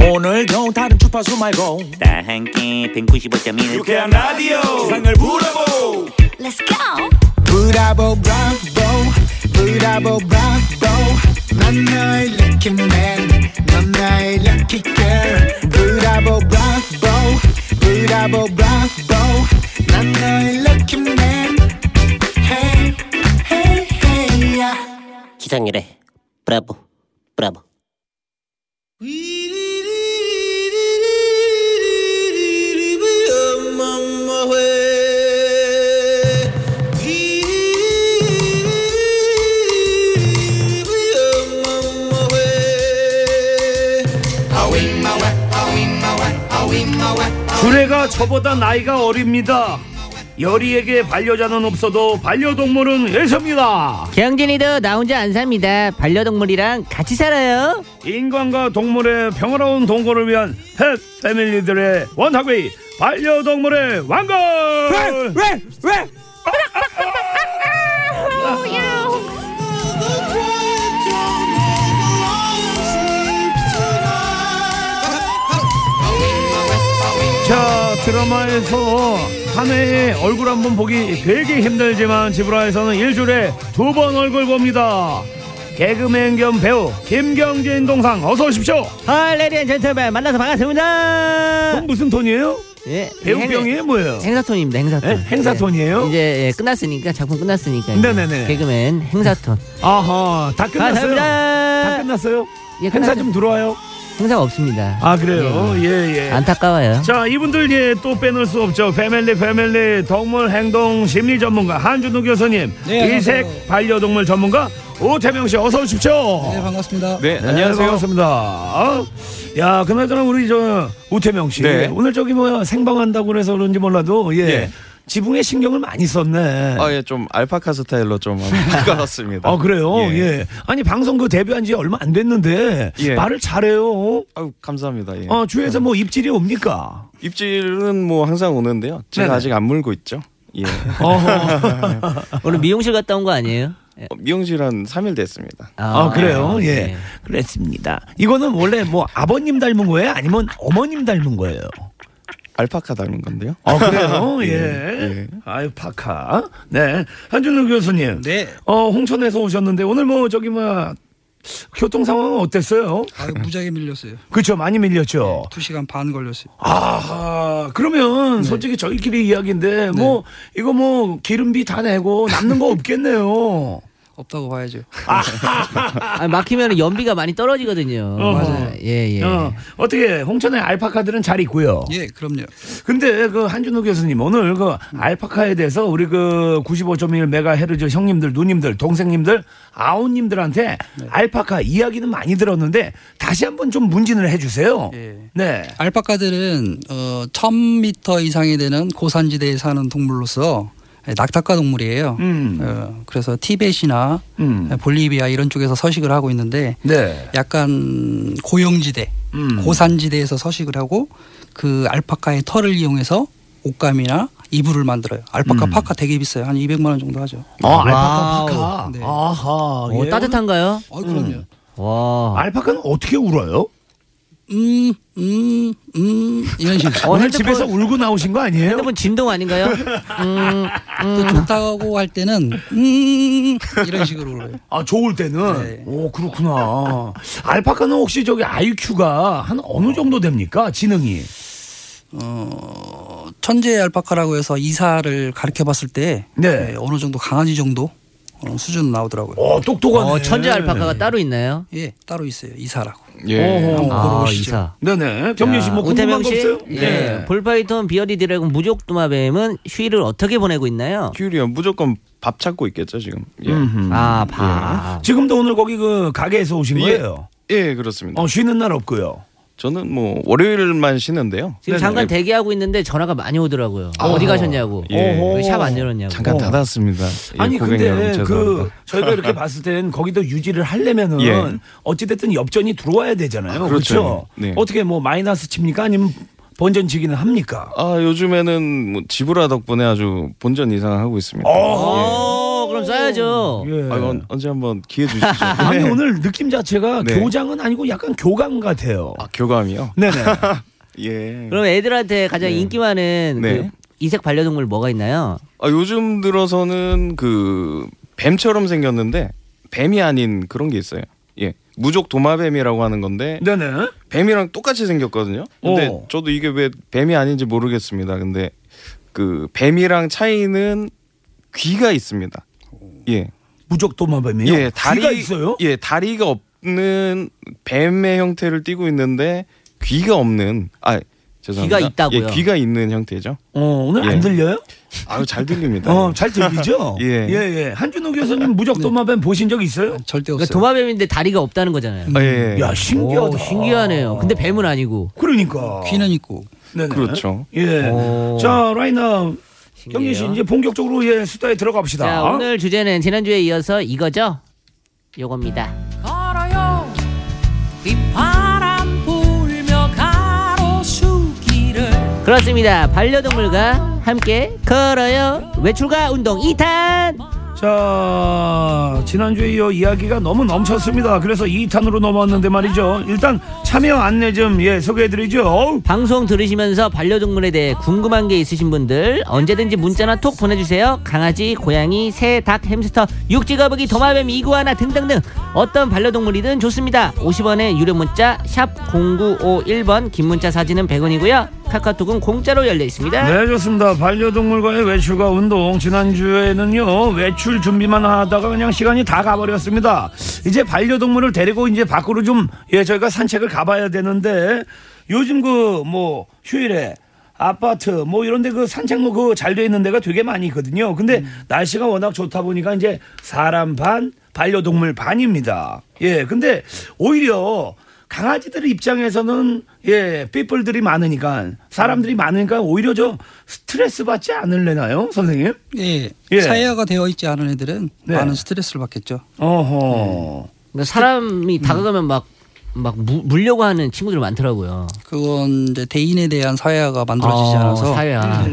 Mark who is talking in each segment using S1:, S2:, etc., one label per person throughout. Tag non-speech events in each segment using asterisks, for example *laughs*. S1: 오늘도 다른 주파수 말고
S2: 다 함께 195.1
S3: 유쾌한 라디오 지상렬 브라보
S4: Let's go.
S5: 브라보 브라보 브라보 브라보 넌 나의 lucky man 넌 나의 lucky girl 브라보 브라보 브라보 브라보 넌 나의 lucky man Hey hey hey yeah
S6: 지상렬의 브라보 브라보
S7: 주례가 저보다 나이가 어립니다. 여리에게 반려자는 없어도 반려동물은 예섭니다.
S8: 경진이도 나 혼자 안 삽니다. 반려동물이랑 같이 살아요.
S7: 인간과 동물의 평화로운 동거를 위한 펫 패밀리들의 원탁위 반려동물의 왕국. 자 드라마에서 한 해에 얼굴 한 번 보기 되게 힘들지만 지브라에서는 일주일에 두 번 얼굴 봅니다. 개그맨 겸 배우 김경진 동상 어서 오십시오.
S8: 헐, 레디언 젠틀맨 만나서 반갑습니다.
S7: 그럼 무슨 톤이에요?
S8: 예,
S7: 어? 배우병이에요 뭐예요?
S8: 행사톤입니다. 행사톤.
S7: 예? 행사톤이에요?
S8: 예, 이제 예, 끝났으니까 작품 끝났으니까. 이제
S7: 네네네.
S8: 개그맨 행사톤.
S7: 아하 다 끝났어요. 다
S8: 감사합니다.
S7: 끝났어요?
S8: 예,
S7: 행사
S8: 끝났어요.
S7: 좀 들어와요.
S8: 행사가 없습니다.
S7: 아 그래요. 예 예.
S8: 안타까워요.
S7: 자 이분들 예, 또 빼놓을 수 없죠. 패밀리 패밀리 동물 행동 심리 전문가 한준우 교수님,
S9: 네,
S7: 이색
S9: 안녕하세요.
S7: 반려동물 전문가 오태명 씨 어서 오십시오.
S9: 네 반갑습니다.
S3: 네
S7: 네, 반갑습니다. 어? 야, 그나저나 우리 저 우태명 씨
S3: 네.
S7: 오늘 저기 뭐야 생방한다고 그래서 그런지 몰라도 예,
S3: 예.
S7: 지붕에 신경을 많이 썼네.
S3: 아 예 좀 알파카 스타일로 좀 한번 깔았습니다
S7: 아 그래요? 예.
S3: 예.
S7: 아니 방송 그 데뷔한 지 얼마 안 됐는데
S3: 예.
S7: 말을 잘해요.
S3: 아유 감사합니다 예.
S7: 어 주위에서 뭐 입질이 옵니까?
S3: 입질은 뭐 항상 오는데요 제가
S7: 네네.
S3: 아직 안 물고 있죠
S7: *laughs*
S3: 예
S7: 네. 어허.
S8: 오늘 미용실 갔다 온 거 아니에요? 예.
S7: 네.
S3: 어, 미용실 한 3일 됐습니다
S7: 아, 그래요? 예.
S8: 네.
S7: 그랬습니다. 이거는 원래 뭐 아버님 닮은 거예요? 아니면 어머님 닮은 거예요?
S3: 알파카 닮은 건데요
S7: 아, 그래요? *laughs* 예.
S3: 예.
S7: 아유, 파카. 네. 한준우 교수님.
S9: 네.
S7: 어, 홍천에서 오셨는데 오늘 뭐 저기 뭐 교통 상황은 어땠어요?
S9: 아유 무지하게 밀렸어요.
S7: 그렇죠. 많이 밀렸죠.
S9: 두 시간 반 걸렸어요.
S7: 아하.
S9: 네.
S7: 그러면 솔직히 저희끼리 이야기인데 뭐 이거 뭐 기름비 다 내고 남는 거
S9: *laughs*
S7: 없겠네요.
S9: 없다고 봐야죠.
S8: 아, 막히면 연비가 많이 떨어지거든요.
S7: 어, 맞아요.
S8: 예, 예.
S7: 어, 어떻게 홍천의 알파카들은 잘 있고요.
S9: 예 그럼요.
S7: 근데 그 한준호 교수님 오늘 그
S9: 음.
S7: 알파카에 대해서 우리 그 95.1 메가헤르츠 형님들 누님들 동생님들 아우님들한테
S9: 네.
S7: 알파카 이야기는 많이 들었는데 다시 한번 좀 문진을 해주세요.
S9: 예.
S7: 네.
S9: 알파카들은 어, 1000m 이상이 되는 고산지대에 사는 동물로서 낙타과 동물이에요.
S7: 음.
S9: 어, 그래서 티벳이나
S7: 음.
S9: 볼리비아 이런 쪽에서 서식을 하고 있는데
S7: 네.
S9: 약간 고형지대,
S7: 음.
S9: 고산지대에서 서식을 하고 그 알파카의 털을 이용해서 옷감이나 이불을 만들어요. 알파카
S7: 음.
S9: 파카 되게 비싸요. 한 200만 원 정도 하죠.
S7: 어 알파카 파카.
S9: 네.
S7: 아하.
S8: 어,
S7: 예.
S8: 따뜻한가요?
S9: 어, 그럼요.
S8: 와.
S7: 아. 알파카는 어떻게 울어요?
S9: 음, 음, 음 이런 식으로.
S7: 오늘
S8: 핸드폰-
S7: 집에서 울고 나오신 거 아니에요?
S8: 핸드폰 진동 아닌가요? 음,
S9: 또 좋다고 할 때는 음 이런 식으로 울어요.
S7: 아 좋을 때는
S9: 네.
S7: 오 그렇구나. 알파카는 혹시 저기 IQ가 한 어느 정도 됩니까? 지능이?
S9: 어, 천재 알파카라고 해서 이사를 가르쳐 봤을 때
S7: 네.
S9: 예, 어느 정도 강아지 정도 어, 수준 나오더라고요.
S7: 오 똑똑하네.
S8: 어, 천재 알파카가 따로 있나요?
S9: 예, 따로 있어요. 이사라고.
S3: 예
S7: 네. 어허.
S8: 아, 이사.
S7: 네네. 경민 씨뭐 궁금한
S8: 오태명
S7: 거
S8: 아, 씨,
S7: 없어요? 네.
S8: 예. 볼파이톤 비어디 드래곤 무족 두마뱀은 휴일을 어떻게 보내고 있나요?
S3: 큐리요 무조건 밥 찾고 있겠죠 지금 예,
S7: 음,
S8: 아, 봐.
S7: 지금도 오늘 거기 그 가게에서 오신
S3: 예.
S7: 거예요?
S3: 예 그렇습니다
S7: 어 쉬는 날 없고요.
S3: 저는 뭐 월요일만 쉬는데요
S8: 지금
S7: 네,
S8: 잠깐 대기하고 있는데 전화가 많이 오더라고요. 어디 가셨냐고. 그
S3: 예.
S7: 아. 어허.
S8: 샵 안 열었냐고.
S3: 잠깐
S8: 어.
S3: 닫았습니다 예,
S7: 아니
S3: 고객 여러분
S7: 근데 그
S3: 죄송합니다.
S7: 저희가
S3: *laughs*
S7: 이렇게 봤을 땐 거기도 유지를 하려면은
S3: 예.
S7: 어찌됐든 옆전이 들어와야 되잖아요.
S3: 아,
S7: 그렇죠.
S3: 그렇죠. 네.
S7: 어떻게 뭐 마이너스 칩니까? 아니면 번전 치기는 합니까?
S3: 아 요즘에는 뭐 지브라 덕분에 아주 본전 이상을 하고 있습니다.
S7: 어허.
S8: 어, 그럼 써야죠.
S7: 예.
S3: 아, 이건 언제 한번 기회 예. 주시죠.
S7: *laughs* 아니 오늘 느낌 자체가
S3: 네.
S7: 교장은 아니고 약간 교감 같아요.
S3: 아, 교감이요?
S7: 네네. 그렇죠.
S3: 예.
S8: 그럼 애들한테 가장 인기 많은
S3: 네.
S8: 그 이색 반려동물 뭐가 있나요?
S3: 아, 요즘 들어서는 그 뱀처럼 생겼는데 뱀이 아닌 그런 게 있어요. 예. 무족 도마뱀이라고 하는 건데
S7: 네네.
S3: 뱀이랑 똑같이 생겼거든요. 근데
S7: 어.
S3: 저도 이게 왜 뱀이 아닌지 모르겠습니다. 근데 그 뱀이랑 차이는 귀가 있습니다. 예.
S7: 무적 도마뱀이요.
S3: 예, 다리
S7: 어. 귀가 있어요?
S3: 예, 다리가 없는 뱀의 형태를 띠고 있는데 귀가 없는 아, 죄송합니다.
S8: 귀가 있다고요?
S3: 예, 귀가 있는 형태죠.
S7: 어 오늘
S3: 예.
S7: 안 들려요?
S3: 아유, 잘 들립니다.
S7: 어 잘 들리죠?
S3: *laughs* 예. 네.
S7: 예 예. 한준호 교수님 무적 도마뱀 보신 적 있어요?
S9: 절대
S8: 그러니까
S9: 없어요.
S8: 도마뱀인데 다리가 없다는 거잖아요.
S3: 아, 예.
S7: 야 신기하다.
S8: 오, 신기하네요. 근데 뱀은 아니고.
S7: 그러니까.
S9: 귀는 있고
S7: 네네.
S3: 그렇죠.
S7: 예.
S8: 오.
S7: 자 라이나 경진 씨
S8: 신기해요.
S7: 이제 본격적으로 예 수다에 들어갑시다.
S8: 자, 오늘 주제는 지난주에 이어서 이거죠? 요겁니다.
S4: 걸어요 빗바람 불며 가로수길을
S8: 그렇습니다. 반려동물과 함께 걸어요. 외출과 운동 2탄.
S7: 자 지난주에 이어 이야기가 너무 넘쳤습니다. 그래서 2탄으로 넘어왔는데 말이죠. 일단 참여 안내 좀 예, 소개해드리죠. 어우,
S8: 방송 들으시면서 반려동물에 대해 궁금한 게 있으신 분들 언제든지 문자나 톡 보내주세요. 강아지, 고양이, 새, 닭, 햄스터, 육지거북이, 도마뱀, 이구아나 등등등 어떤 반려동물이든 좋습니다. 50원의 유료 문자 샵 0951번 긴 문자 사진은 100원이고요. 카카오톡은 공짜로 열려 있습니다.
S7: 네 좋습니다. 반려동물과의 외출과 운동 지난주에는요 외출 준비만 하다가 그냥 시간이 다 가버렸습니다. 이제 반려동물을 데리고 이제 밖으로 좀 예 저희가 산책을 가봐야 되는데 요즘 그 뭐 휴일에 아파트 뭐 이런데 그 산책로 그 잘 돼 있는 데가 되게 많이 있거든요. 근데
S8: 음.
S7: 날씨가 워낙 좋다 보니까 이제 사람 반 반려동물 반입니다. 예 근데 오히려 강아지들 입장에서는 예 삐뿔들이 많으니까 사람들이
S9: 음.
S7: 많으니까 오히려 좀 스트레스 받지 않을래나요 선생님?
S9: 예,
S7: 예.
S9: 사회화가 되어 있지 않은 애들은
S7: 네.
S9: 많은 스트레스를 받겠죠.
S7: 어허
S9: 네.
S8: 그러니까 사람이 다가가면 막, 막 무- 물려고 하는 친구들 많더라고요.
S9: 그건 이제 대인에 대한 사회화가 만들어지지
S8: 어,
S9: 않아서 음.
S8: 사회야.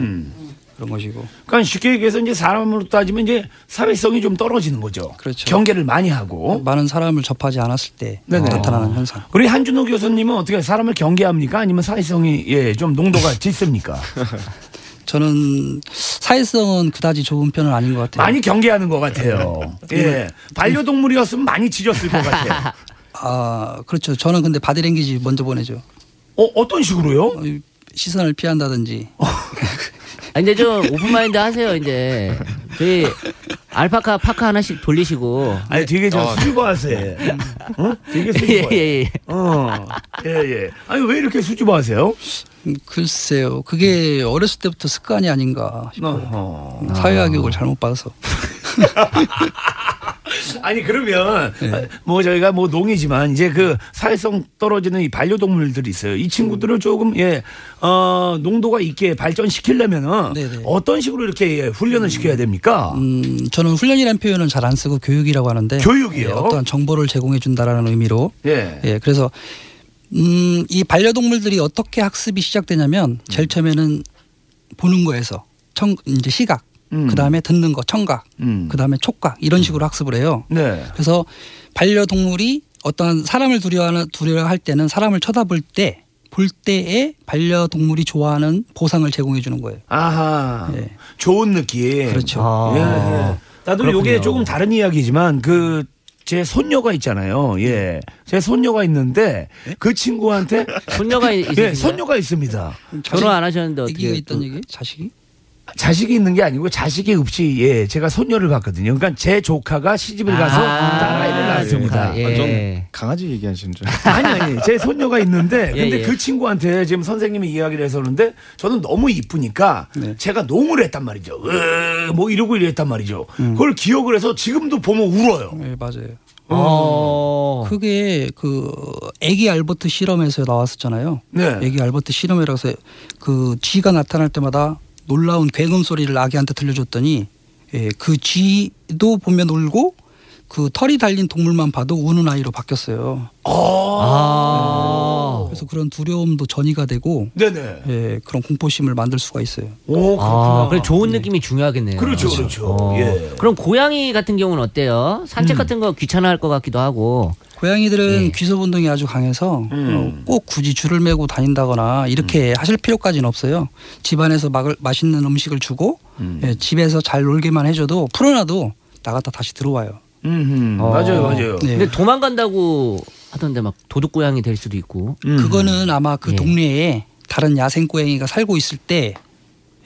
S9: 그런 것이고
S7: 그러니까 쉽게 얘기해서 이제 사람으로 따지면 이제 사회성이 좀 떨어지는 거죠.
S9: 그렇죠.
S7: 경계를 많이 하고.
S9: 많은 사람을 접하지 않았을 때
S7: 네네.
S9: 나타나는 현상.
S7: 우리 한준호 교수님은 어떻게 사람을 경계합니까? 아니면 사회성이 예 좀 농도가
S9: *laughs*
S7: 짙습니까?
S9: 네. 저는 사회성은 그다지 좋은 편은 아닌 것 같아요.
S7: 많이 경계하는 것
S9: *laughs*
S7: 같아요. 예 반려동물이었으면 많이 짖었을 것 같아요.
S9: 아 그렇죠. 저는 근데 바디랭귀지 먼저 보내죠.
S7: 어 어떤 식으로요?
S9: 어, 시선을 피한다든지.
S8: 아, 이제 좀 오픈마인드 하세요 이제 저희 알파카 파카 하나씩 돌리시고
S7: 아니 되게
S9: 어, 네.
S7: 저 수줍어하세요. 어? 되게
S8: 예예예
S7: 수줍어해. 어. 예 예. 아니 왜 이렇게 수줍어하세요?
S9: 음, 글쎄요. 그게 어렸을 때부터 습관이 아닌가.
S7: 어허.
S9: 사회화 교육을 잘못 받아서.
S7: 아니 그러면
S9: 네.
S7: 뭐 저희가 뭐 농이지만 이제 그 사회성 떨어지는 이 반려동물들이 있어요. 이 친구들을 조금 예 어, 농도가 있게 발전시키려면은
S9: 네네.
S7: 어떤 식으로 이렇게 예, 훈련을 시켜야 됩니까?
S9: 음, 저는 훈련이라는 표현은 잘 안 쓰고 교육이라고 하는데.
S7: 교육이요?
S9: 예, 어떠한 정보를 제공해 준다라는 의미로.
S7: 예.
S9: 예, 그래서 음, 이 반려동물들이 어떻게 학습이 시작되냐면 제일 처음에는 보는 거에서 청 이제 시각,
S7: 음.
S9: 그다음에 듣는 거 청각,
S7: 음.
S9: 그다음에 촉각 이런 식으로 학습을 해요.
S7: 네.
S9: 그래서 반려동물이 어떤 사람을 두려워하는 두려워할 때는 사람을 쳐다볼 때 볼 때에 반려동물이 좋아하는 보상을 제공해 주는 거예요.
S7: 아하.
S9: 예.
S7: 좋은 느낌.
S9: 그렇죠.
S7: 예, 예. 나도 요게 조금 다른 이야기지만 그 제 손녀가 있잖아요.
S9: 네.
S7: 예. 제 손녀가 있는데
S9: 예?
S7: 그 친구한테
S8: 어, 손녀가 있으신가요?
S7: 예, 손녀가 있습니다.
S8: 결혼 안 하셨는데 어떻게
S9: 아기가 있던 얘기? 자식이?
S7: 자식이 있는 게 아니고 자식이 없이 예 제가 손녀를 봤거든요. 그러니까 제 조카가 시집을 가서
S8: 아,
S7: 딸아이를 낳았습니다.
S8: 조카, 예.
S3: 완전 강아지 얘기하시는 줄. 알았어요.
S7: 아니 아니 제 손녀가 있는데
S8: *laughs* 예,
S7: 근데
S8: 예.
S7: 그 친구한테 지금 선생님이 이야기를 해서 그런데 저는 너무 이쁘니까
S8: 네.
S7: 제가 농을 했단 말이죠. 으, 뭐 이러고 이랬단 말이죠.
S8: 음.
S7: 그걸 기억을 해서 지금도 보면 울어요.
S9: 네, 맞아요.
S7: 음,
S8: 어.
S9: 그게 그 애기 알버트 실험에서 나왔었잖아요.
S7: 네.
S9: 애기 알버트 실험이라서 그 쥐가 나타날 때마다 놀라운 굉음 소리를 아기한테 들려줬더니 예, 그 쥐도 보면 울고 그 털이 달린 동물만 봐도 우는 아이로 바뀌었어요.
S8: 아.
S9: 그래서 그런 두려움도 전이가 되고
S7: 네네.
S9: 예, 그런 공포심을 만들 수가 있어요.
S7: 오 그렇구나. 예.
S8: 아, 그래 좋은 느낌이 중요하겠네요.
S7: 그렇죠, 그렇죠.
S8: 어.
S7: 예. 음.
S8: 그럼 고양이 같은 경우는 어때요? 산책 같은 거 귀찮아할 것 같기도 하고.
S9: 고양이들은
S8: 예.
S9: 귀소 운동이 아주 강해서
S7: 네. 음.
S9: 어, 꼭 굳이 줄을 메고 다닌다거나 이렇게 하실 필요까지는 없어요. 집안에서 막을, 맛있는 음식을 주고 예, 집에서 잘 놀게만 해줘도 풀어놔도 나갔다 다시 들어와요.
S7: 음,
S8: 어.
S7: 맞아요, 맞아요.
S9: 네.
S8: 근데 도망간다고 하던데 막 도둑 고양이 될 수도 있고.
S7: 음.
S9: 그거는 아마 그
S8: 예.
S9: 동네에 다른 야생 고양이가 살고 있을 때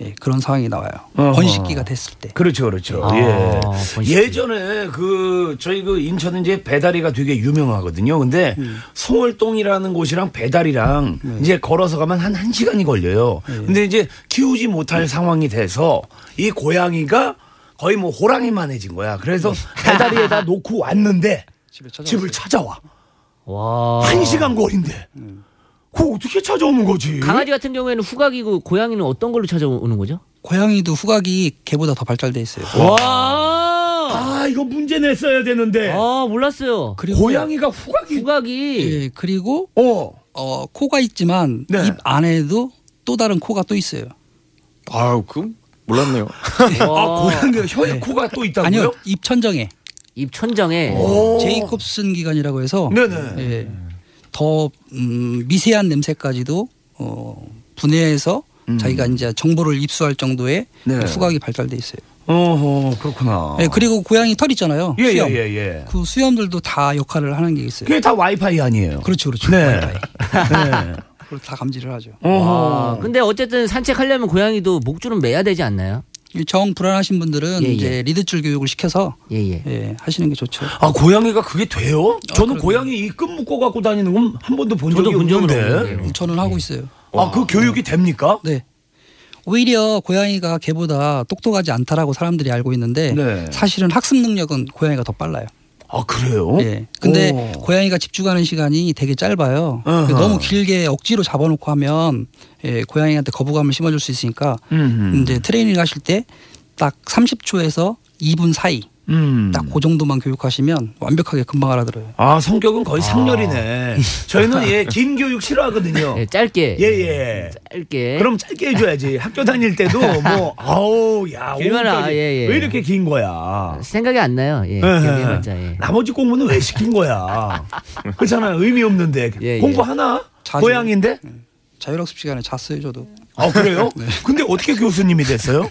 S9: 예, 그런 상황이 나와요.
S7: 어허.
S9: 번식기가 됐을 때.
S7: 그렇죠, 그렇죠.
S8: 아,
S7: 예.
S8: 번식기.
S7: 예전에 그 저희 그 인천은 이제 배다리가 되게 유명하거든요. 근데
S9: 음.
S7: 송월동이라는 곳이랑 배다리랑
S9: 네.
S7: 이제 걸어서 가면 한 1시간이 걸려요. 근데 이제 키우지
S9: 네.
S7: 못할 상황이 돼서 이 고양이가 거의 뭐 호랑이만 해진 거야. 그래서
S9: *laughs*
S7: 배다리에다 놓고 왔는데
S9: 네. 집에 찾아왔어요. 아.
S7: 집을 찾아와. *laughs*
S8: 와.
S7: 한 1시간 거리인데.
S9: 네.
S7: 그거 어떻게 찾아오는 거지?
S8: 강아지 같은 경우에는 후각이고 고양이는 어떤 걸로 찾아오는 거죠?
S9: 고양이도 후각이 개보다 더 발달돼 있어요.
S8: 와.
S7: 아, 이거 문제 냈어야 되는데.
S8: 아 몰랐어요.
S9: 그리고
S7: 고양이가 후각이
S8: 후각이.
S9: 예, 그리고
S7: 어.
S9: 네. 어, 코가 있지만
S7: 네.
S9: 입 안에도 또 다른 코가 또 있어요.
S3: 아유 그 몰랐네요.
S7: 아, 고양이가 혀에 코가 또 있다고요?
S9: 네. 아니요, 입 천정에
S8: 입 천정에.
S7: 오.
S9: 제이콥슨 기관이라고 해서
S7: 어. 네네.
S9: 예, 더 음, 미세한 냄새까지도 어, 분해해서 자기가 이제 정보를 입수할 정도의
S7: 음. 네.
S9: 후각이 발달돼 있어요.
S7: 어허, 그렇구나.
S9: 예, 그리고 고양이 털 있잖아요.
S7: 예, 예,
S9: 수염.
S7: 예, 예.
S9: 그 수염들도 다 역할을 하는 게 있어요.
S7: 그게 다 와이파이 아니에요.
S9: 그렇죠, 그렇죠.
S7: 네.
S9: 그걸 다 감지를 하죠.
S8: 와. 그
S7: 어허.
S8: 아. 근데 어쨌든 산책하려면 고양이도 목줄은 매야 되지 않나요?
S9: 이정 불안하신 분들은
S8: 예, 예.
S9: 이제 리드줄 교육을 시켜서
S8: 예예.
S9: 예, 하시는 게 좋죠.
S7: 아, 고양이가 그게 돼요? 저는
S9: 그러게요.
S7: 고양이 이끈 묶어 갖고 다니는 건 한 번도 본
S8: 저도
S7: 적이
S8: 본 적은
S7: 없는데.
S8: 없는데요. 예.
S9: 저는 하고 있어요.
S7: 아, 그 교육이 됩니까?
S9: 네. 오히려 고양이가 개보다 똑똑하지 않다라고 사람들이 알고 있는데
S7: 네.
S9: 사실은 학습 능력은 고양이가 더 빨라요.
S7: 아, 그래요?
S9: 예. 근데
S7: 오.
S9: 고양이가 집중하는 시간이 되게 짧아요. 그러니까
S7: 어허.
S9: 너무 길게 억지로 잡아놓고 하면 예, 고양이한테 거부감을 심어줄 수 있으니까
S7: 음.
S9: 이제 트레이닝 하실 때 딱 30초에서 2분 사이
S7: 음.
S9: 딱 그 정도만 교육하시면 완벽하게 금방 알아들어요.
S7: 아, 성격은 거의 상렬이네. 저희는 예, 긴 교육 싫어하거든요.
S8: 예, 짧게.
S7: 예, 예.
S8: 짧게.
S7: 그럼 짧게 해줘야지. 학교 다닐 때도 뭐 아우 야
S8: 길면 아,
S7: 오늘까지
S8: 예, 예.
S7: 왜 이렇게 긴 거야.
S8: 생각이 안 나요.
S7: 예,
S8: 예.
S7: 예.
S8: 기억해봤자, 예.
S7: 나머지 공부는 왜 시킨
S3: *laughs*
S7: 거야. 그렇잖아 의미 없는데
S8: 예, 예.
S7: 공부 하나
S9: 자주.
S7: 고양인데.
S9: 자율학습 시간에 잤어요 저도.
S7: 아
S3: *laughs*
S7: 그래요?
S3: 네.
S7: 근데 어떻게 교수님이 됐어요?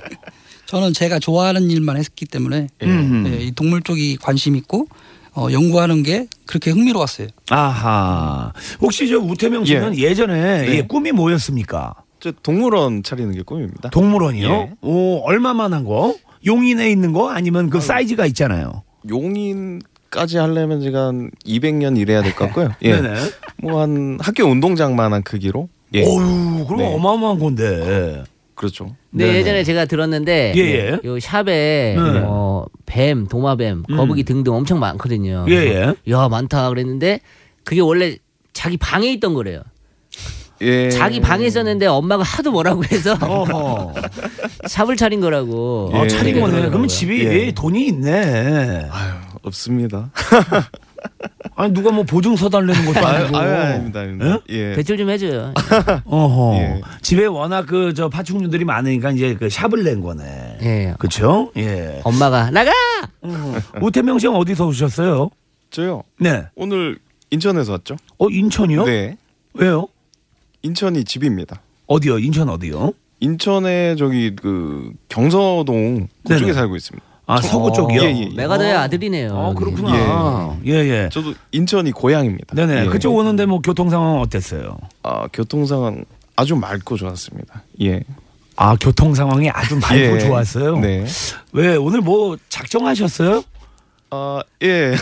S9: 저는 제가 좋아하는 일만 했기 때문에
S7: 음.
S9: 예, 이 동물 쪽이 관심 있고 어, 연구하는 게 그렇게 흥미로웠어요.
S7: 아하. 혹시 저 우태명 씨는 예. 전에
S3: 네.
S7: 꿈이 뭐였습니까?
S3: 저 동물원 차리는 게 꿈입니다.
S7: 동물원이요?
S3: 예.
S7: 오 얼마만 한 거? 용인에 있는 거 아니면 그 사이즈가 있잖아요.
S3: 용인까지 하려면 제가 한 200년 일해야 될 것
S7: *laughs*
S3: 같고요.
S7: 네네.
S3: 예. 뭐 한 학교 운동장만한 크기로. 예.
S7: 어유 그럼
S3: 네.
S7: 어마어마한 건데.
S3: 그렇죠.
S8: 근데
S7: 네네.
S8: 예전에 제가 들었는데
S7: 예, 예.
S8: 요 샵에 어, 뱀, 도마뱀, 거북이 등등 엄청 많거든요.
S7: 음. 예, 예.
S8: 야 많다 그랬는데 그게 원래 자기 방에 있던 거래요.
S3: 예.
S8: 자기 방에 있었는데 엄마가 하도 뭐라고 해서 *laughs*
S7: 어허.
S8: 샵을 차린 거라고.
S7: 아,
S3: 예.
S7: 차린 거네.
S8: 그러더라고요.
S7: 그럼 집이
S3: 예.
S7: 돈이 있네.
S3: 없습니다.
S7: 아니 누가 뭐 보증서 달래는 것도
S3: 아유,
S7: *laughs* 아니고.
S3: 아유, 아닙니다. 아닙니다. 예.
S8: 대출 좀 해줘요.
S7: 어허.
S3: 예.
S7: 집에 워낙 그 저 파충류들이 많으니까 이제 그 샵을 낸 거네.
S8: 예.
S7: 그렇죠? 예.
S8: 엄마가 나가.
S3: 음.
S7: 우태명 씨는 어디서 오셨어요?
S3: 저요.
S7: 네.
S3: 오늘 인천에서 왔죠?
S7: 어 인천이요?
S3: 네.
S7: 왜요?
S3: 인천이 집입니다.
S7: 어디요? 인천 어디요?
S3: 인천에 저기 그 경서동 그쪽에
S7: 네네.
S3: 살고 있습니다.
S7: 아 서구 쪽이요.
S3: 예, 예.
S8: 메가더의
S7: 어.
S8: 아들이네요.
S7: 아 그렇구나. 예 예.
S3: 저도 인천이 고향입니다.
S7: 네네.
S3: 예.
S7: 그쪽 오는데 뭐 교통 상황 어땠어요?
S3: 아, 교통 상황 아주 맑고 좋았습니다. 예.
S7: 아 교통 상황이 아주 맑고
S3: *laughs* 예.
S7: 좋았어요.
S3: 네.
S7: 왜 오늘 뭐 작정하셨어요?
S3: 아, 예.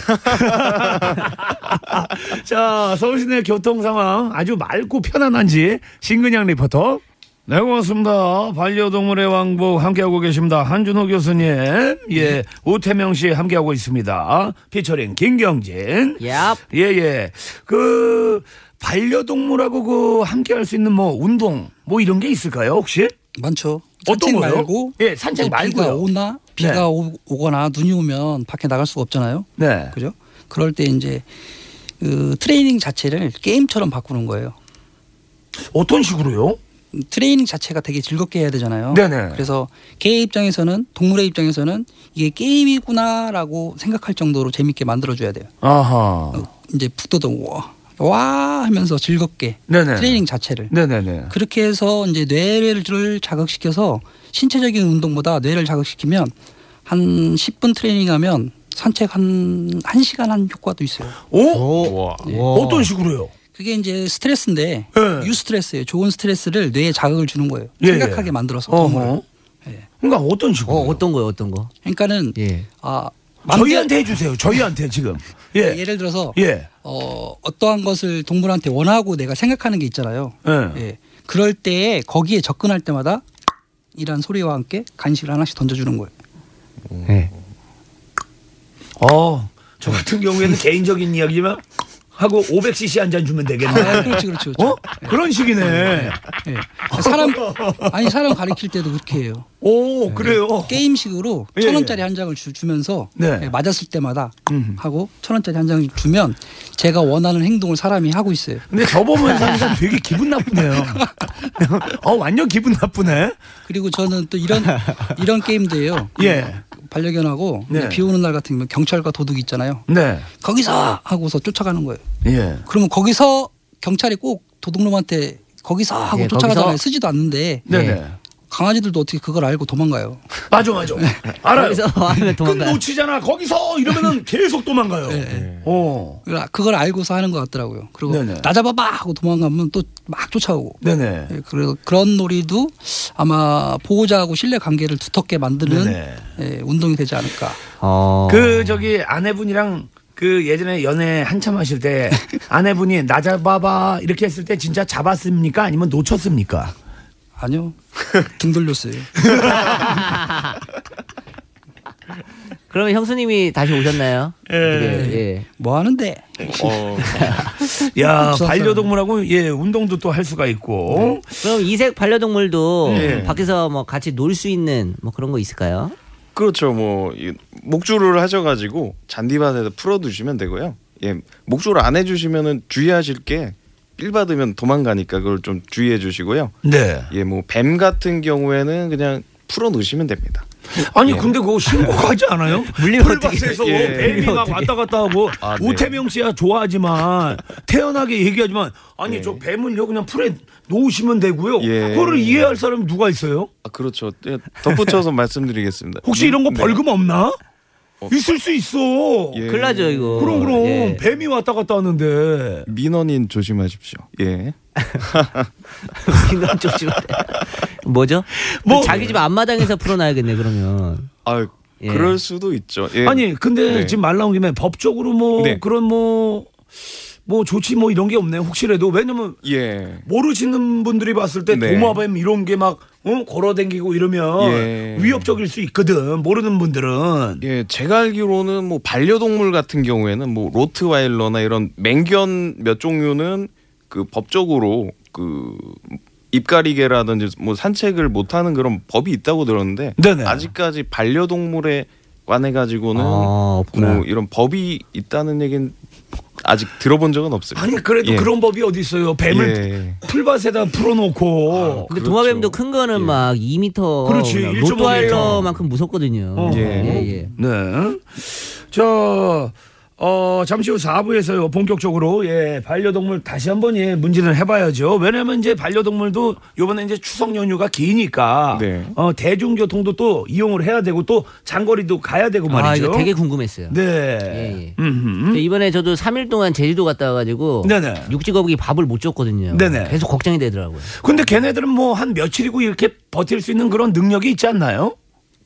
S3: *laughs*
S7: 자, 서울시내 교통 상황 아주 맑고 편안한지 신근양 리포터. 네, 고맙습니다. 반려동물의 왕복 함께하고 계십니다. 한준호 교수님, 예, 우태명 씨 함께하고 있습니다. 피처링 김경진.
S8: 야,
S7: 예, 예. 그, 반려동물하고 그 함께할 수 있는 뭐 운동, 뭐 이런 게 있을까요, 혹시?
S9: 많죠.
S7: 어떤
S9: 산책
S7: 거요?
S9: 말고
S7: 예, 산책
S9: 이제
S7: 말고요.
S9: 비가 오나 비가
S7: 네.
S9: 오, 오거나 눈이 오면 밖에 나갈 수가 없잖아요.
S7: 네.
S9: 그죠? 그럴 때 이제 그 트레이닝 자체를 게임처럼 바꾸는 거예요.
S7: 어떤 식으로요?
S9: 트레이닝 자체가 되게 즐겁게 해야 되잖아요.
S7: 네네.
S9: 그래서 개의 입장에서는 동물의 입장에서는 이게 게임이구나라고 생각할 정도로 재밌게 만들어줘야 돼요.
S7: 아하.
S9: 이제 북도도 와, 와 하면서 즐겁게
S7: 네네.
S9: 트레이닝 자체를
S7: 네네네.
S9: 그렇게 해서 이제 뇌를 자극시켜서 신체적인 운동보다 뇌를 자극시키면 한 10분 트레이닝하면 산책 한 1시간 한 효과도 있어요.
S7: 오?
S3: 와.
S7: 예. 어떤 식으로요?
S9: 그게 이제 스트레스인데
S7: 예.
S9: 유스트레스예요. 좋은 스트레스를 뇌에 자극을 주는 거예요.
S7: 예,
S9: 생각하게
S7: 예.
S9: 만들어서
S7: 어허. 그러니까 어떤 식으로?
S8: 어 어떤 거요 어떤 거?
S9: 그러니까는
S8: 예.
S9: 아
S7: 저희한테 해주세요. 저희한테 지금. 예.
S9: 예를 들어서
S7: 예.
S9: 어, 어떠한 것을 동물한테 원하고 내가 생각하는 게 있잖아요.
S7: 예.
S9: 예. 그럴 때에 거기에 접근할 때마다 이란 소리와 함께 간식을 하나씩 던져주는 거예요.
S8: 네.
S7: 어. 저 같은 경우에는 개인적인 이야기지만 하고 500cc 한 잔 주면
S9: 아,
S7: 되겠네.
S9: 그렇지, 그렇지, 그렇지.
S7: 어? 그런 식이네.
S9: 예.
S7: *laughs*
S9: 사람 아니 사람 가르칠 때도 그렇게 해요.
S7: 오, 그래요.
S9: 게임식으로
S7: 예,
S9: 천 원짜리
S7: 예.
S9: 한 장을 주, 면서 예,
S7: 네. 음.
S9: 맞았을 때마다 하고 천 원짜리 한 장을 주면 제가 원하는 행동을 사람이 하고 있어요.
S7: 근데 저 보면 사실 되게 기분 나쁘네요. 어, 완전 기분 나쁘네.
S9: 그리고 저는
S7: *laughs*
S9: 또 이런 이런 게임도예요.
S7: 예.
S9: 반려견하고
S7: 네.
S9: 비 오는 날 같은 경우 경찰과 도둑 있잖아요.
S7: 네.
S9: 거기서 하고서 쫓아가는 거예요.
S7: 예.
S9: 그러면 거기서 경찰이 꼭 도둑놈한테 거기서 하고
S8: 예,
S9: 쫓아가잖아요.
S8: 거기서.
S9: 쓰지도 않는데
S7: 네네.
S9: 강아지들도 어떻게 그걸 알고 도망가요.
S7: 맞아, 맞아. 알아요.
S8: 거기서 하면
S7: 끈
S8: 도망가.
S7: 놓치잖아. 거기서 이러면은 계속 도망가요.
S8: 네,
S7: 어.
S9: 그러니까 그걸- 그걸 알고서 하는 것 같더라고요. 그리고
S7: 네네.
S9: 나 잡아봐 하고 도망가면 또 막 쫓아오고.
S7: 네네.
S9: 예, 그래서 그런 놀이도 아마 보호자하고 신뢰 관계를 두텁게 만드는
S7: 네네.
S9: 예, 운동이 되지 않을까.
S8: 어.
S7: 그 저기 아내분이랑 그 예전에 연애 한참 하실 때 아내분이 나 잡아봐 이렇게 했을 때 진짜 잡았습니까 아니면 놓쳤습니까?
S9: 아니요. *laughs* 등 돌렸어요.
S8: 그러면 형수님이 다시 오셨나요? 예. 예.
S9: 뭐 하는데?
S3: 어,
S7: 야
S9: 없었어요.
S7: 반려동물하고 예 운동도 또 할 수가 있고
S8: 그럼 이색 반려동물도
S7: 네.
S8: 밖에서 뭐 같이 놀 수 있는 뭐 그런 거 있을까요?
S3: 그렇죠. 뭐 이, 목줄을 하셔가지고 잔디밭에다 풀어두시면 되고요. 예, 목줄 안 해주시면은 주의하실 게 삘 받으면 도망가니까 그걸 좀 주의해 주시고요.
S7: 네
S3: 예, 뭐 뱀 같은 경우에는 그냥 풀어 놓으시면 됩니다.
S7: 아니 근데 그거 신고하지 않아요?
S8: 물리면
S7: 풀밭에서
S3: 예.
S7: 뱀이 막 왔다 갔다 하고
S3: 아, 네.
S7: 오태명 씨야 좋아하지만 태연하게 얘기하지만 아니
S3: 예.
S7: 저 뱀을요 그냥 풀에 놓으시면 되고요
S3: 예.
S7: 그거를 이해할 사람이 누가 있어요?
S3: 아, 그렇죠. 예, 덧붙여서 *laughs* 말씀드리겠습니다.
S7: 혹시 이런 거 벌금 없나? 있을 수 있어
S3: 예.
S8: 큰일 나죠 이거.
S7: 그럼 그럼
S8: 예. *laughs*
S7: 뱀이 왔다 갔다 하는데
S3: 민원인 조심하십시오. 예.
S8: 민원 조심하래. *laughs* 뭐죠?
S7: 뭐-
S8: 자기 집 앞마당에서 풀어놔야겠네 그러면.
S3: 아,
S8: 예.
S3: 그럴 수도 있죠. 예.
S7: 아니 근데
S3: 네.
S7: 지금 말 나온 김에 법적으로 뭐
S3: 네.
S7: 그런 뭐 뭐 조치 뭐 이런 게 없네요 혹시라도 왜냐면
S3: 예.
S7: 모르시는 분들이 봤을 때
S3: 네.
S7: 도마뱀 이런 게 막 걸어댕기고 이러면
S3: 예.
S7: 위협적일 수 있거든 모르는 분들은
S3: 예, 제가 알기로는 뭐 반려동물 같은 경우에는 뭐 로트와일러나 이런 맹견 몇 종류는 그 법적으로 그 입가리개라든지 뭐 산책을 못 하는 그런 법이 있다고 들었는데
S7: 네네.
S3: 아직까지 반려동물에 관해 가지고는
S8: 아, 없구나.
S3: 뭐 이런 법이 있다는 얘기는 아직 들어본 적은 없습니다.
S7: 아니 그래도
S3: 예.
S7: 그런 법이 어디 있어요 뱀을
S3: 예.
S7: 풀밭에다 풀어놓고
S8: 근데
S3: 그렇죠.
S8: 도마뱀도 큰 거는
S3: 예.
S8: 막 2m,
S7: 그렇지, 1.5m.
S8: 로또알러만큼 무섭거든요.
S7: 어.
S8: 예.
S3: 예.
S8: 예.
S7: 네. 저, 어, 잠시 후 4부에서요, 본격적으로, 예, 반려동물 다시 한번, 예, 문제를 해봐야죠. 왜냐면 이제 반려동물도 요번에 이제 추석 연휴가 기니까,
S3: 네.
S7: 어, 대중교통도 또 이용을 해야 되고, 또 장거리도 가야 되고
S8: 아
S7: 말이죠.
S8: 이거 되게 궁금했어요. 예,
S7: 네.
S8: 예.
S7: 음흠.
S8: 저 이번에 저도 3일 동안 제주도 갔다 와가지고
S7: 네네.
S8: 육지거북이 밥을 못 줬거든요.
S7: 네네.
S8: 계속 걱정이 되더라고요.
S7: 근데 걔네들은 뭐 한 며칠이고 이렇게 버틸 수 있는 그런 능력이 있지 않나요?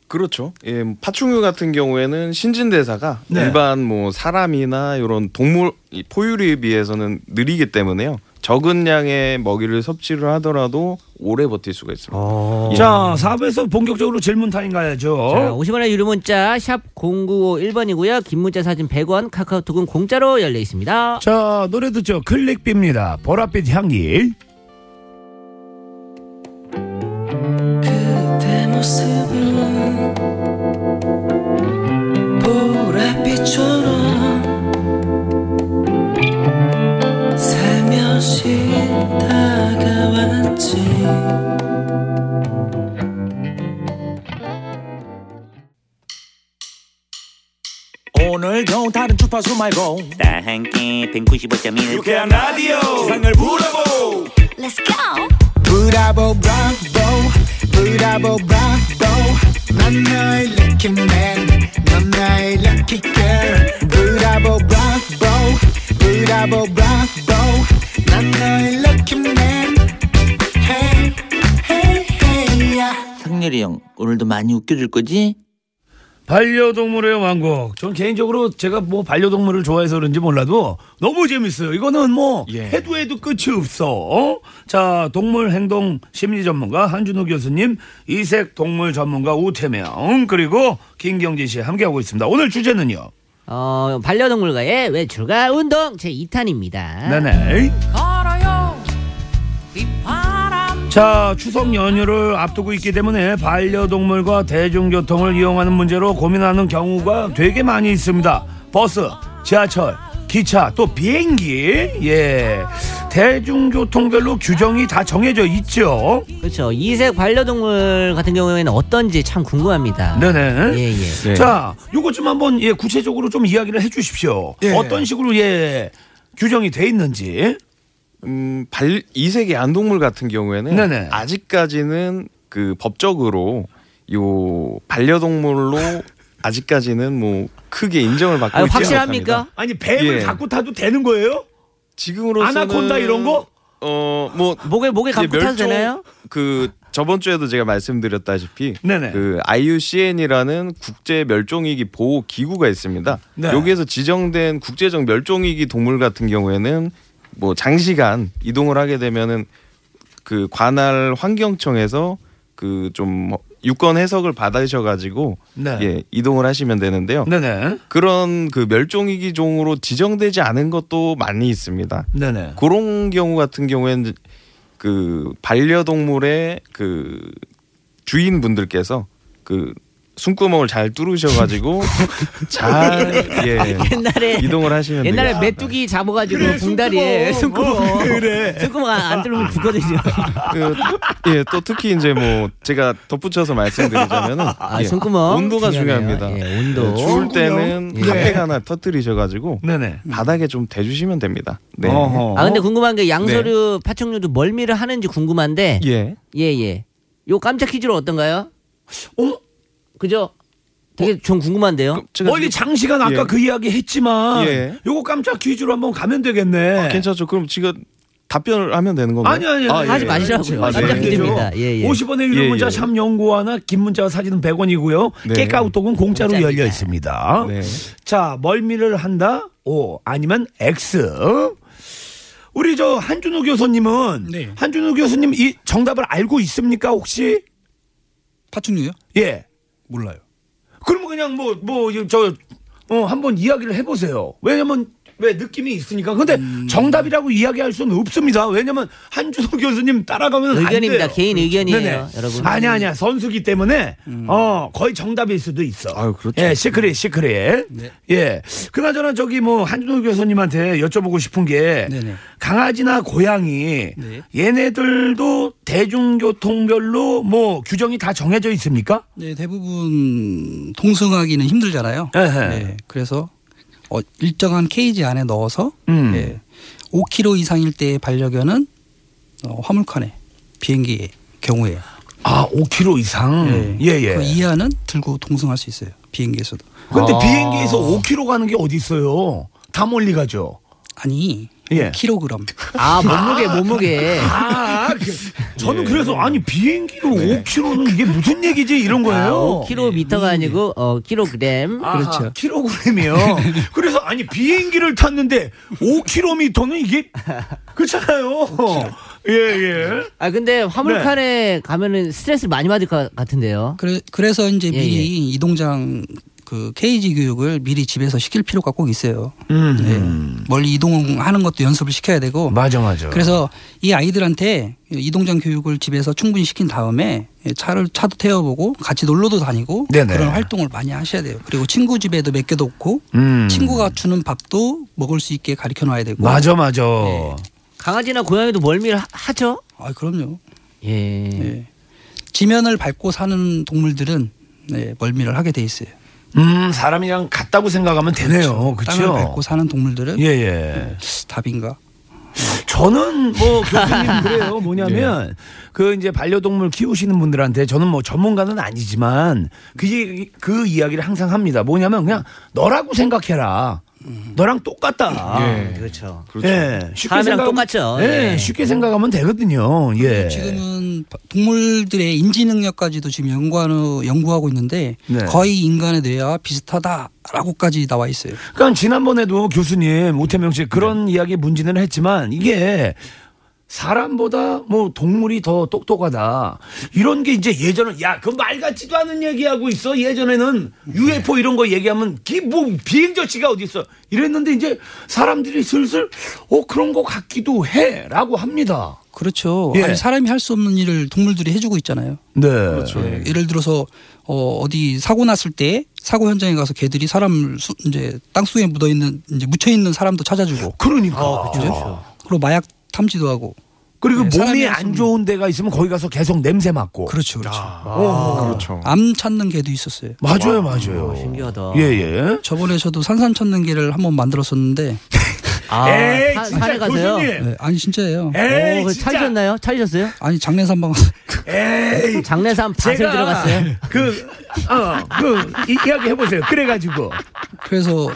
S3: 그렇죠. 예, 뭐 파충류 같은 경우에는 신진대사가
S7: 네.
S3: 일반 뭐 사람이나 이런 동물 이 포유류에 비해서는 느리기 때문에요. 적은 양의 먹이를 섭취를 하더라도 오래 버틸 수가 있습니다.
S7: 어.
S3: 예.
S7: 자, 4부에서 본격적으로 질문 타임
S8: 자,
S7: 가야죠.
S8: 50원의 유료 문자 샵 0951번이고요. 긴 문자 사진 100원, 카카오톡은 공짜로 열려 있습니다.
S7: 자, 노래 듣죠. 클릭비입니다. 보랏빛 향기.
S4: 그대 모습은 보랏빛처럼 살며시 다가와 왔지
S1: 오늘도 다른 주파수 말고
S2: 다 함께 195.1
S5: 유쾌한 라디오 세상을 브라보
S4: Let's go
S5: 브라보 브라보 브라보 브라보 난 너의 lucky man 넌 나의 lucky girl 브라보 브라보 브라보 브라보 난 너의 lucky man Hey hey hey yeah
S10: 상렬이 형 오늘도 많이 웃겨줄 거지?
S7: 반려동물의 왕국. 전 개인적으로 제가 뭐 반려동물을 좋아해서 그런지 몰라도 너무 재밌어요. 이거는 뭐 해도 해도 끝이 없어. 어? 자, 동물 행동 심리 전문가 한준호 교수님, 이색 동물 전문가 우태명 그리고 김경진 씨 함께하고 있습니다. 오늘 주제는요.
S8: 어, 반려동물과의 외출과 운동 제 2탄입니다.
S7: 네네.
S4: 걸어요 이 바람
S7: 자, 추석 연휴를 앞두고 있기 때문에 반려동물과 대중교통을 이용하는 문제로 고민하는 경우가 되게 많이 있습니다. 버스, 지하철, 기차, 또 비행기. 예. 대중교통별로 규정이 다 정해져 있죠.
S8: 그렇죠. 이색 반려동물 같은 경우에는 어떤지 참 궁금합니다.
S7: 네네.
S8: 예, 예.
S3: 네.
S7: 자, 요거 좀 한번 예, 구체적으로 좀 이야기를 해 주십시오.
S3: 예.
S7: 어떤 식으로 예, 규정이 돼 있는지.
S3: 음, 발 이세계 안동물 같은 경우에는
S7: 네네.
S3: 아직까지는 그 법적으로 요
S7: *laughs*
S3: 반려동물로 아직까지는 뭐 크게 인정을 받고
S7: 어,
S8: 아,
S3: 있지
S8: 확실합니까?
S3: 못합니다.
S7: 아니, 뱀을
S3: 예.
S7: 갖고 타도 되는 거예요?
S3: 지금으로서는
S7: 아나콘다 이런 거?
S3: 어뭐
S8: 목에 목에 감고 타도
S3: 멸종-
S8: 되나요?
S3: 그 저번 주에도 제가 말씀드렸다시피
S7: 네네.
S3: 그 IUCN이라는 국제 멸종위기 보호 기구가 있습니다.
S7: 네.
S3: 여기에서 지정된 국제적 멸종위기 동물 같은 경우에는 뭐 장시간 이동을 하게 되면은 그 관할 환경청에서 그 좀 유권 해석을 받으셔 가지고
S7: 네.
S3: 예, 이동을 하시면 되는데요.
S7: 네네.
S3: 그런 그 멸종위기 종으로 지정되지 않은 것도 많이 있습니다.
S7: 네네.
S3: 그런 경우 같은 경우에는 그 반려동물의 그 주인분들께서 그 숨구멍을 잘
S8: *laughs*
S3: 뚫으셔가지고 잘 예,
S8: 아, 옛날에
S3: 이동을 하시면
S8: 옛날에
S3: 되겠습니다.
S8: 메뚜기 잡아가지고 봉다리에
S7: 숨구멍.
S8: 숨구멍
S7: 어, 그래.
S8: 숨구멍 안, 안
S7: *laughs*
S8: 뚫으면 죽거든요.
S3: 그, 예, 또 특히 이제 뭐 제가 덧붙여서 말씀드리자면은
S8: 아,
S3: 예,
S8: 손구멍
S3: 온도가
S8: 중요하네요.
S3: 중요합니다.
S8: 예, 온도.
S3: 추울 때는
S8: 예.
S3: 핫팩 하나 터뜨리셔가지고
S7: 네네.
S3: 바닥에 좀 대주시면 됩니다. 네.
S7: 어허.
S8: 아 근데 궁금한 게 양서류 파충류도 멀미를 하는지 궁금한데
S3: 예.
S8: 예예 요 깜짝 퀴즈로 어떤가요?
S7: 어?
S8: 그죠? 되게 좀 궁금한데요.
S3: 제가
S7: 멀리 장시간 아까
S3: 예.
S7: 그 이야기 했지만
S3: 예.
S7: 요거 깜짝 퀴즈로 한번 가면 되겠네.
S3: 아, 괜찮죠? 그럼 지금 답변을 하면 되는 건가요?
S7: 아니 아니
S3: 아,
S7: 아니.
S8: 하지
S3: 예.
S8: 마시라고요.
S3: 아, 네.
S8: 깜짝 퀴즈입니다. 예, 예.
S7: 50원의 유료
S3: 예,
S7: 문자
S3: 예.
S7: 샵 연구하나 긴 문자와 사진은 100원이고요.
S3: 네.
S7: 깨까우톡은 공짜로
S8: 공짜입니다.
S7: 열려 있습니다.
S3: 네.
S7: 자 멀미를 한다. O 아니면 X. 우리 저 한준호 교수님은
S9: 네.
S7: 한준호 교수님 이 정답을 알고 있습니까 혹시?
S9: 파충류요?
S7: 예.
S9: 몰라요.
S7: 그러면 그냥 뭐 뭐 저 어, 한번 이야기를 해보세요. 왜냐면 왜 느낌이 있으니까. 근데
S8: 음.
S7: 정답이라고 이야기할 수는 없습니다. 왜냐면 한준호 교수님 따라가면
S8: 의견입니다.
S7: 안 돼요.
S8: 개인 의견이에요, 여러분. 음.
S7: 아니 야 아니야 선수기 때문에 어 거의 정답일 수도 있어.
S3: 아유, 그렇죠.
S7: 예 시크릿 시크릿.
S8: 네.
S7: 예. 그나저나 저기 뭐 한준호 교수님한테 여쭤보고 싶은 게
S9: 네네.
S7: 강아지나 고양이
S9: 네.
S7: 얘네들도 대중교통별로 뭐 규정이 다 정해져 있습니까?
S9: 네, 대부분 통승하기는 힘들잖아요.
S7: 에헤.
S9: 네, 그래서 어, 일정한 케이지 안에 넣어서
S7: 음.
S9: 예, 5kg 이상일 때의 반려견은 어, 화물칸에 비행기의 경우에
S7: 아, 5kg 이상. 예, 예.
S9: 그 이하는 들고 통승할 수 있어요. 비행기에서도.
S7: 근데 비행기에서 5kg 가는 게 어디 있어요? 다 멀리 가죠.
S9: 아니,
S7: 예.
S9: 5kg.
S8: 아 몸무게 몸무게.
S7: 아, 그, 저는 그래서 아니 비행기로 5kg는 이게 무슨 얘기지 이런
S8: 아,
S7: 거예요.
S8: 5kg가 아니고 어 킬로그램.
S7: 아,
S9: 그렇죠.
S7: 킬로그램이요. 그래서 아니 비행기를 탔는데 5km는 이게 그렇잖아요. 예, 예.
S8: 아 근데 화물칸에 가면은 스트레스를 많이 받을 것 같은데요.
S9: 그래, 그래서 이제
S8: 예,
S9: 미리
S8: 예.
S9: 이동장 그 케이지 교육을 미리 집에서 시킬 필요가 꼭 있어요.
S7: 음.
S9: 네. 멀리 이동하는 것도 연습을 시켜야 되고
S7: 맞아, 맞아.
S9: 그래서 이 아이들한테 이동장 교육을 집에서 충분히 시킨 다음에 차를 차도 태워보고 같이 놀러도 다니고
S7: 네네.
S9: 그런 활동을 많이 하셔야 돼요. 그리고 친구 집에도 맡겨도 없고
S7: 음.
S9: 친구가 주는 밥도 먹을 수 있게 가르쳐 놔야 되고
S7: 맞아, 맞아.
S9: 네.
S8: 강아지나 고양이도 멀미를 하, 죠
S9: 아 그럼요.
S8: 예.
S9: 예. 지면을 밟고 사는 동물들은 네, 멀미를 하게 돼 있어요.
S7: 음, 사람이랑 같다고 생각하면 되네요.
S9: 땅을
S7: 그렇죠.
S9: 밟고 사는 동물들은
S7: 예, 예.
S9: 답인가?
S7: 저는
S8: *laughs*
S7: 뭐 교수님 그래요. 뭐냐면
S8: 예.
S7: 그 이제 반려동물 키우시는 분들한테 저는 뭐 전문가는 아니지만 그, 얘기- 그 이야기를 항상 합니다. 뭐냐면 그냥 너라고 생각해라. 너랑 똑같다.
S8: 그렇죠.
S3: 그렇죠.
S7: 예, 쉽게
S8: 사람이랑
S7: 생각하면-
S8: 똑같죠.
S7: 예,
S8: 예.
S7: 쉽게 생각하면 되거든요. 예.
S9: 지금은 바- 동물들의 인지 능력까지도 지금 연구하는, 연구하고 있는데
S7: 네.
S9: 거의 인간의 뇌와 비슷하다라고까지 나와 있어요.
S7: 그러니까 지난번에도 교수님 오태명 씨 그런
S9: 네.
S7: 이야기 문진을 했지만 이게 사람보다 뭐 동물이 더 똑똑하다 이런 게 이제 예전은 야 그 말 같지도 않은 얘기하고 있어 예전에는
S9: 네.
S7: UFO 이런 거 얘기하면 기뭐 비행저치가 어디 있어 이랬는데 이제 사람들이 슬슬 어 그런 거 같기도 해라고 합니다.
S9: 그렇죠.
S7: 예.
S9: 아니, 사람이 할 수 없는 일을 동물들이 해주고 있잖아요.
S7: 네. 그렇죠.
S9: 예, 예를 들어서 어, 어디 사고 났을 때 사고 현장에 가서 개들이 사람 수, 이제 땅속에 묻어 있는 이제 묻혀 있는 사람도 찾아주고
S7: 그러니까
S9: 그죠? 그리고 마약 탐지도 하고
S7: 그리고
S9: 네,
S7: 몸이
S9: 사람이 할수
S7: 안
S9: 없는-
S7: 좋은 데가 있으면 거기 가서 계속 냄새 맡고 어.
S9: 그렇죠, 그렇죠.
S3: 그렇죠.
S9: 암 찾는 개도 있었어요.
S7: 맞아요 맞아요.
S8: 신기하다.
S7: 예 예.
S9: 저번에 저도 산삼 찾는 개를 한번 만들었었는데
S8: 아,
S7: 에이,
S8: 사-
S7: 진짜
S8: 산에 가세요?
S7: 교수님.
S9: 네, 아니 진짜예요.
S7: 에이,
S8: 오, 그
S7: 진짜.
S8: 차리셨나요? 차리셨어요?
S9: 아니 장례산방 *laughs*
S7: 에이.
S8: 장례산 밭을
S7: *laughs* 제가
S8: 들어갔어요.
S7: 그, 어, 그, 이, 이야기 해보세요. 그래가지고.
S9: 그래서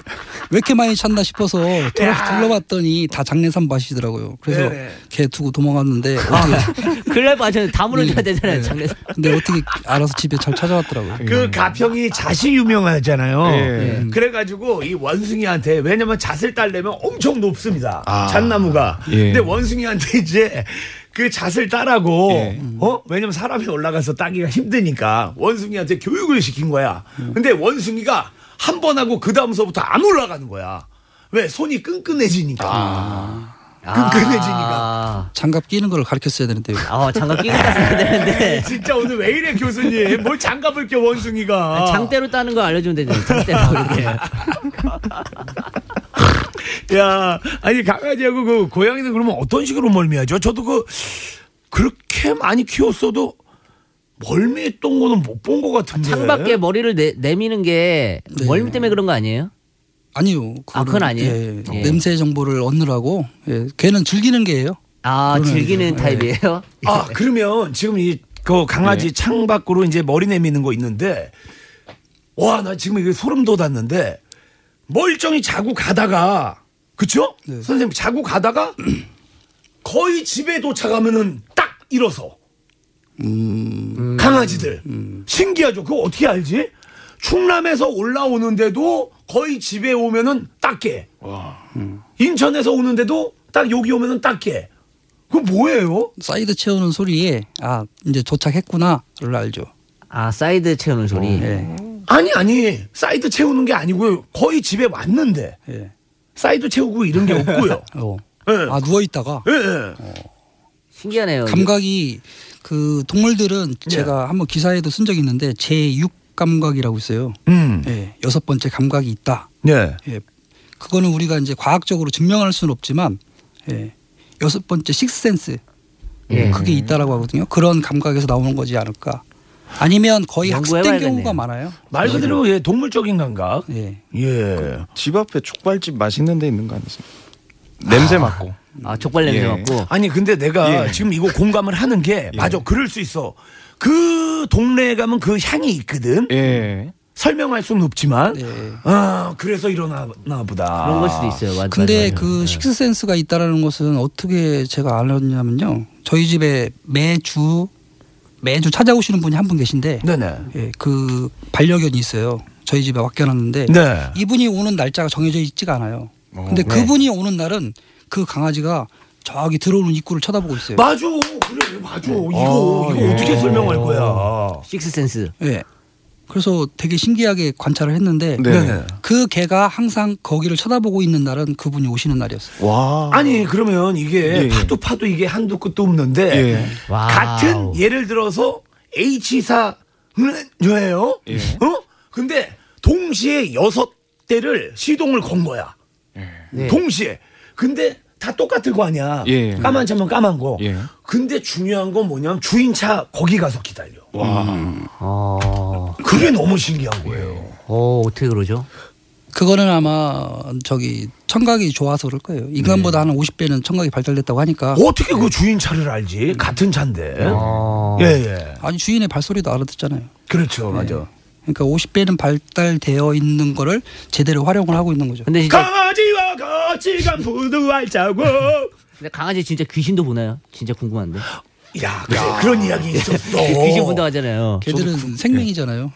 S9: 왜 이렇게 많이 찾나 싶어서 돌- 둘러봤더니 다 장례산 밭이더라고요. 그래서
S7: 네네.
S9: 개 두고 도망갔는데 어떻게,
S8: 큰일 날뻔 하셨는데 다 물어줘야
S7: 예.
S8: 되잖아요, 장례산.
S9: 근데 어떻게 알아서 집에 잘 찾아왔더라고요.
S7: 그 가평이 잣이 유명하잖아요.
S3: 예.
S7: 그래가지고 이 원숭이한테, 왜냐면 잣을 따려면 엄청 높습니다. 잣나무가.
S3: 아. 예.
S7: 근데 원숭이한테 *laughs* 이제 그 잣을 따라고,
S3: 예.
S7: 어? 왜냐면 사람이 올라가서 따기가 힘드니까 원숭이한테 교육을 시킨 거야. 근데 원숭이가 한 번 하고 그 다음서부터 안 올라가는 거야. 왜? 손이 끈끈해지니까. *laughs*
S3: 아.
S7: 끈끈해지니까.
S8: 아,
S9: 장갑 끼는 걸 가르쳤어야 되는데
S8: 어, 장갑 끼고
S7: *laughs*
S8: 갔어야
S7: *laughs*
S8: 되는데.
S7: 예, 진짜 오늘 왜 이래 교수님? 뭘 장갑을 껴 원숭이가?
S8: 아, 장대로 따는 거 알려주면
S7: *laughs*
S8: 되잖아요. 장대로 이렇게.
S7: 네. *laughs* 야 아니 강아지하고 그 고양이는 그러면 어떤 식으로 멀미하죠? 저도 그 그렇게 많이 키웠어도 멀미했던 거는 못 본 것 같은데.
S8: 창밖에 머리를 내, 내미는 게
S7: 네.
S8: 멀미 때문에 그런 거 아니에요?
S9: 아니요.
S8: 아, 그건 아니에요?
S9: 예,
S8: 예.
S9: 냄새 정보를 얻느라고 예, 걔는 즐기는 개예요.
S8: 아
S9: 그건
S8: 즐기는
S7: 네.
S9: 아니죠.
S8: 타입이에요?
S7: 아 그러면 지금 이 그 강아지 창밖으로 이제 머리 내미는 거 있는데 와 나 지금 이게 소름 돋았는데 멀쩡히 자고 가다가 그쵸? 선생님 자고 가다가 *clears throat* 거의 집에 도착하면은 딱 일어서 강아지들 신기하죠 그거 어떻게 알지? 충남에서 올라오는데도 거의 집에 오면은 딱깨 인천에서 오는데도 딱 여기 오면은 딱깨 그거 뭐예요?
S9: 사이드 채우는 소리에 아 이제 도착했구나를 알죠.
S8: 아 사이드 채우는 소리.
S7: 네.
S9: 예,
S7: 아니 아니 사이드 채우는 게 아니고요. 거의 집에 왔는데
S9: 예.
S7: 사이드 채우고 이런 게 없고요.
S9: 어.
S7: 예.
S9: 아 누워 있다가
S7: 예, 예.
S8: 신기하네요.
S9: 감각이 그 동물들은
S8: 네.
S9: 제가 한번 기사에도 쓴 적이 있는데 제6 감각이라고 있어요.
S7: 음.
S9: 예, 여섯 번째 감각이 있다.
S7: 네.
S9: 예, 그거는 우리가 이제 과학적으로 증명할 수는 없지만 예, 여섯 번째 식스센스
S8: 예.
S9: 그게 있다라고 하거든요. 그런 감각에서 나오는 거지 않을까? 아니면 거의 학습된
S8: 연구해봐야겠네요.
S9: 경우가 많아요.
S7: 말 그대로 예, 동물적인 감각.
S9: 예.
S7: 예.
S3: 집 앞에 족발집 맛있는 데 있는 거 아니세요? 냄새 맡고.
S8: 아 족발 냄새
S3: 예.
S8: 맡고.
S7: 아니 근데 내가
S3: 예.
S7: 지금 이거 공감을 하는 게 맞아. 그럴 수 있어. 그 동네에 가면 그 향이 있거든.
S3: 예.
S7: 설명할 수는 없지만.
S9: 예.
S7: 아 그래서 일어나나 보다.
S8: 그런 걸 수도 있어요. 예. 맞아,
S9: 근데
S8: 맞아.
S9: 그 식스센스가 있다라는 것은 어떻게 제가 알았냐면요. 저희 집에 매주 매주 찾아오시는 분이 한 분 계신데
S7: 네네.
S9: 예, 그 반려견이 있어요. 저희 집에 맡겨놨는데
S7: 네.
S9: 이분이 오는 날짜가 정해져 있지가 않아요.
S3: 어,
S8: 네.
S9: 근데 그분이 오는 날은 그 강아지가 저기 들어오는 입구를 쳐다보고 있어요.
S7: 맞아. 그래 맞아. 이거 이거 어떻게 설명할 거야.
S8: 식스 센스.
S9: 예. 그래서 되게 신기하게 관찰을 했는데
S3: 네.
S7: 네네.
S9: 그 개가 항상 거기를 쳐다보고 있는 날은 그분이 오시는 날이었어요.
S3: 와.
S7: 아니 그러면 이게
S3: 예.
S7: 파도 파도 이게 한도 끝도 없는데
S3: 예.
S8: 와우.
S7: 같은 예를 들어서 H사 예요.
S3: 예.
S7: 어? 근데 동시에 여섯 대를 시동을 건 거야.
S3: 예.
S8: 네.
S7: 동시에. 근데 다 똑같을 거 아니야.
S3: 예.
S7: 까만 차면 까만 거.
S3: 예.
S7: 근데 중요한 건 뭐냐면 주인 차 거기 가서 기다려.
S8: 어,
S7: 그게 너무 신기한 거예요.
S8: 어 어떻게 그러죠?
S7: 예.
S9: 그거는 아마 저기 청각이 좋아서 그럴 거예요. 인간보다 한 50배는 청각이 발달됐다고 하니까
S7: 어떻게 그 주인 차를 알지? 같은 차인데.
S8: 어.
S7: 예, 예.
S9: 아니 주인의 발소리도 알아듣잖아요.
S7: 그렇죠. 맞아.
S9: 그러니까 50배는 발달되어 있는 거를 제대로 활용을 하고 있는 거죠.
S8: 근데 진짜
S7: 강아지와 같이 간 부두할 자고.
S8: 근데 강아지 진짜 귀신도 보나요? 진짜 궁금한데.
S7: 어. 야, 그래, 그런 이야기 있었어.
S8: *laughs* 귀신 본다고 하잖아요.
S9: 걔들은 생명이잖아요.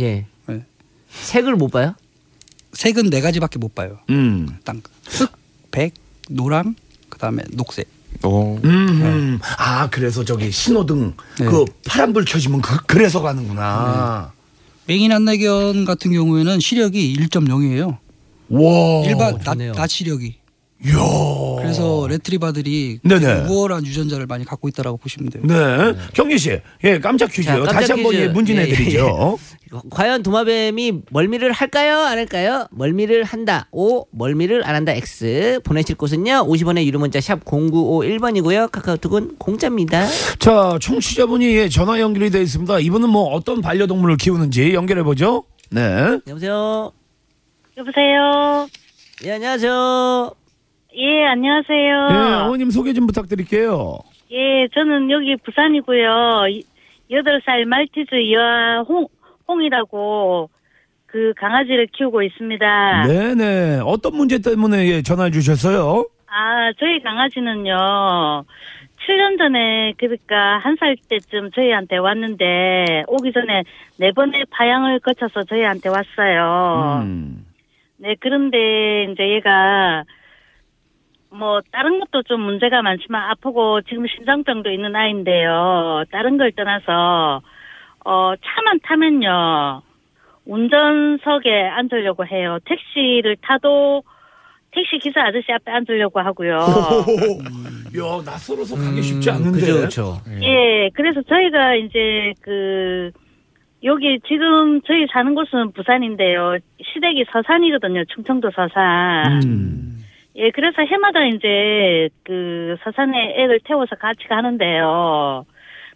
S8: 예.
S9: 네.
S8: 색을 못 봐요?
S9: 색은 네 가지밖에 못 봐요.
S7: 음.
S9: 땅, 흑, 백, 노랑, 그다음에 녹색.
S3: 어.
S7: 음, 아 그래서 저기 신호등
S9: 네.
S7: 그 파란불 켜지면 그, 그래서 가는구나.
S9: 맹인 안내견 같은 경우에는 시력이 1.0이에요.
S7: 와,
S9: 일반 낮,
S8: 어, 좋네요. 어.
S9: 낮 시력이.
S7: 이야.
S9: 그래서 레트리바들이
S7: 네네.
S9: 우월한 유전자를 많이 갖고 있다라고 보시면 돼요.
S7: 네, 경희 씨, 예 깜짝 퀴즈
S8: 자,
S7: 요
S8: 깜짝
S7: 다시 한번
S8: 퀴즈.
S7: 예, 문제
S8: 예,
S7: 내드리죠.
S8: 과연 도마뱀이 멀미를 할까요? 안 할까요? 멀미를 한다. O. 멀미를 안 한다. X. 보내실 곳은요. 50원의 유료 문자 샵 0951번이고요. 카카오톡은 공짜입니다.
S7: 자, 청취자분이 예, 전화 연결이 되어 있습니다. 이분은 뭐 어떤 반려동물을 키우는지 연결해 보죠. 네.
S8: 여보세요.
S11: 여보세요.
S8: 예, 안녕하세요.
S11: 예, 안녕하세요.
S7: 예, 어머님 소개 좀 부탁드릴게요.
S11: 예, 저는 여기 부산이고요. 이- 여덟 살 말티즈 여홍 홍이라고 그 강아지를 키우고 있습니다.
S7: 네, 네. 어떤 문제 때문에 예, 전화 주셨어요?
S11: 아, 저희 강아지는요. 7년 전에 그러니까 한 살 때쯤 저희한테 왔는데 오기 전에 네 번의 파양을 거쳐서 저희한테 왔어요.
S7: 음.
S11: 네, 그런데 이제 얘가 뭐 다른 것도 좀 문제가 많지만 아프고 지금 심장병도 있는 아이인데요. 다른 걸 떠나서 어 차만 타면요. 운전석에 앉으려고 해요. 택시를 타도 택시 기사 아저씨 앞에 앉으려고 하고요.
S7: 야, 낯설어서 가기 쉽지 않은데.
S8: 그죠, 그죠.
S11: 예, 그래서 저희가 이제 그 여기 지금 저희 사는 곳은 부산인데요. 시댁이 서산이거든요. 충청도 서산.
S7: 음.
S11: 예, 그래서 해마다 이제 그 서산에 애를 태워서 같이 가는데요.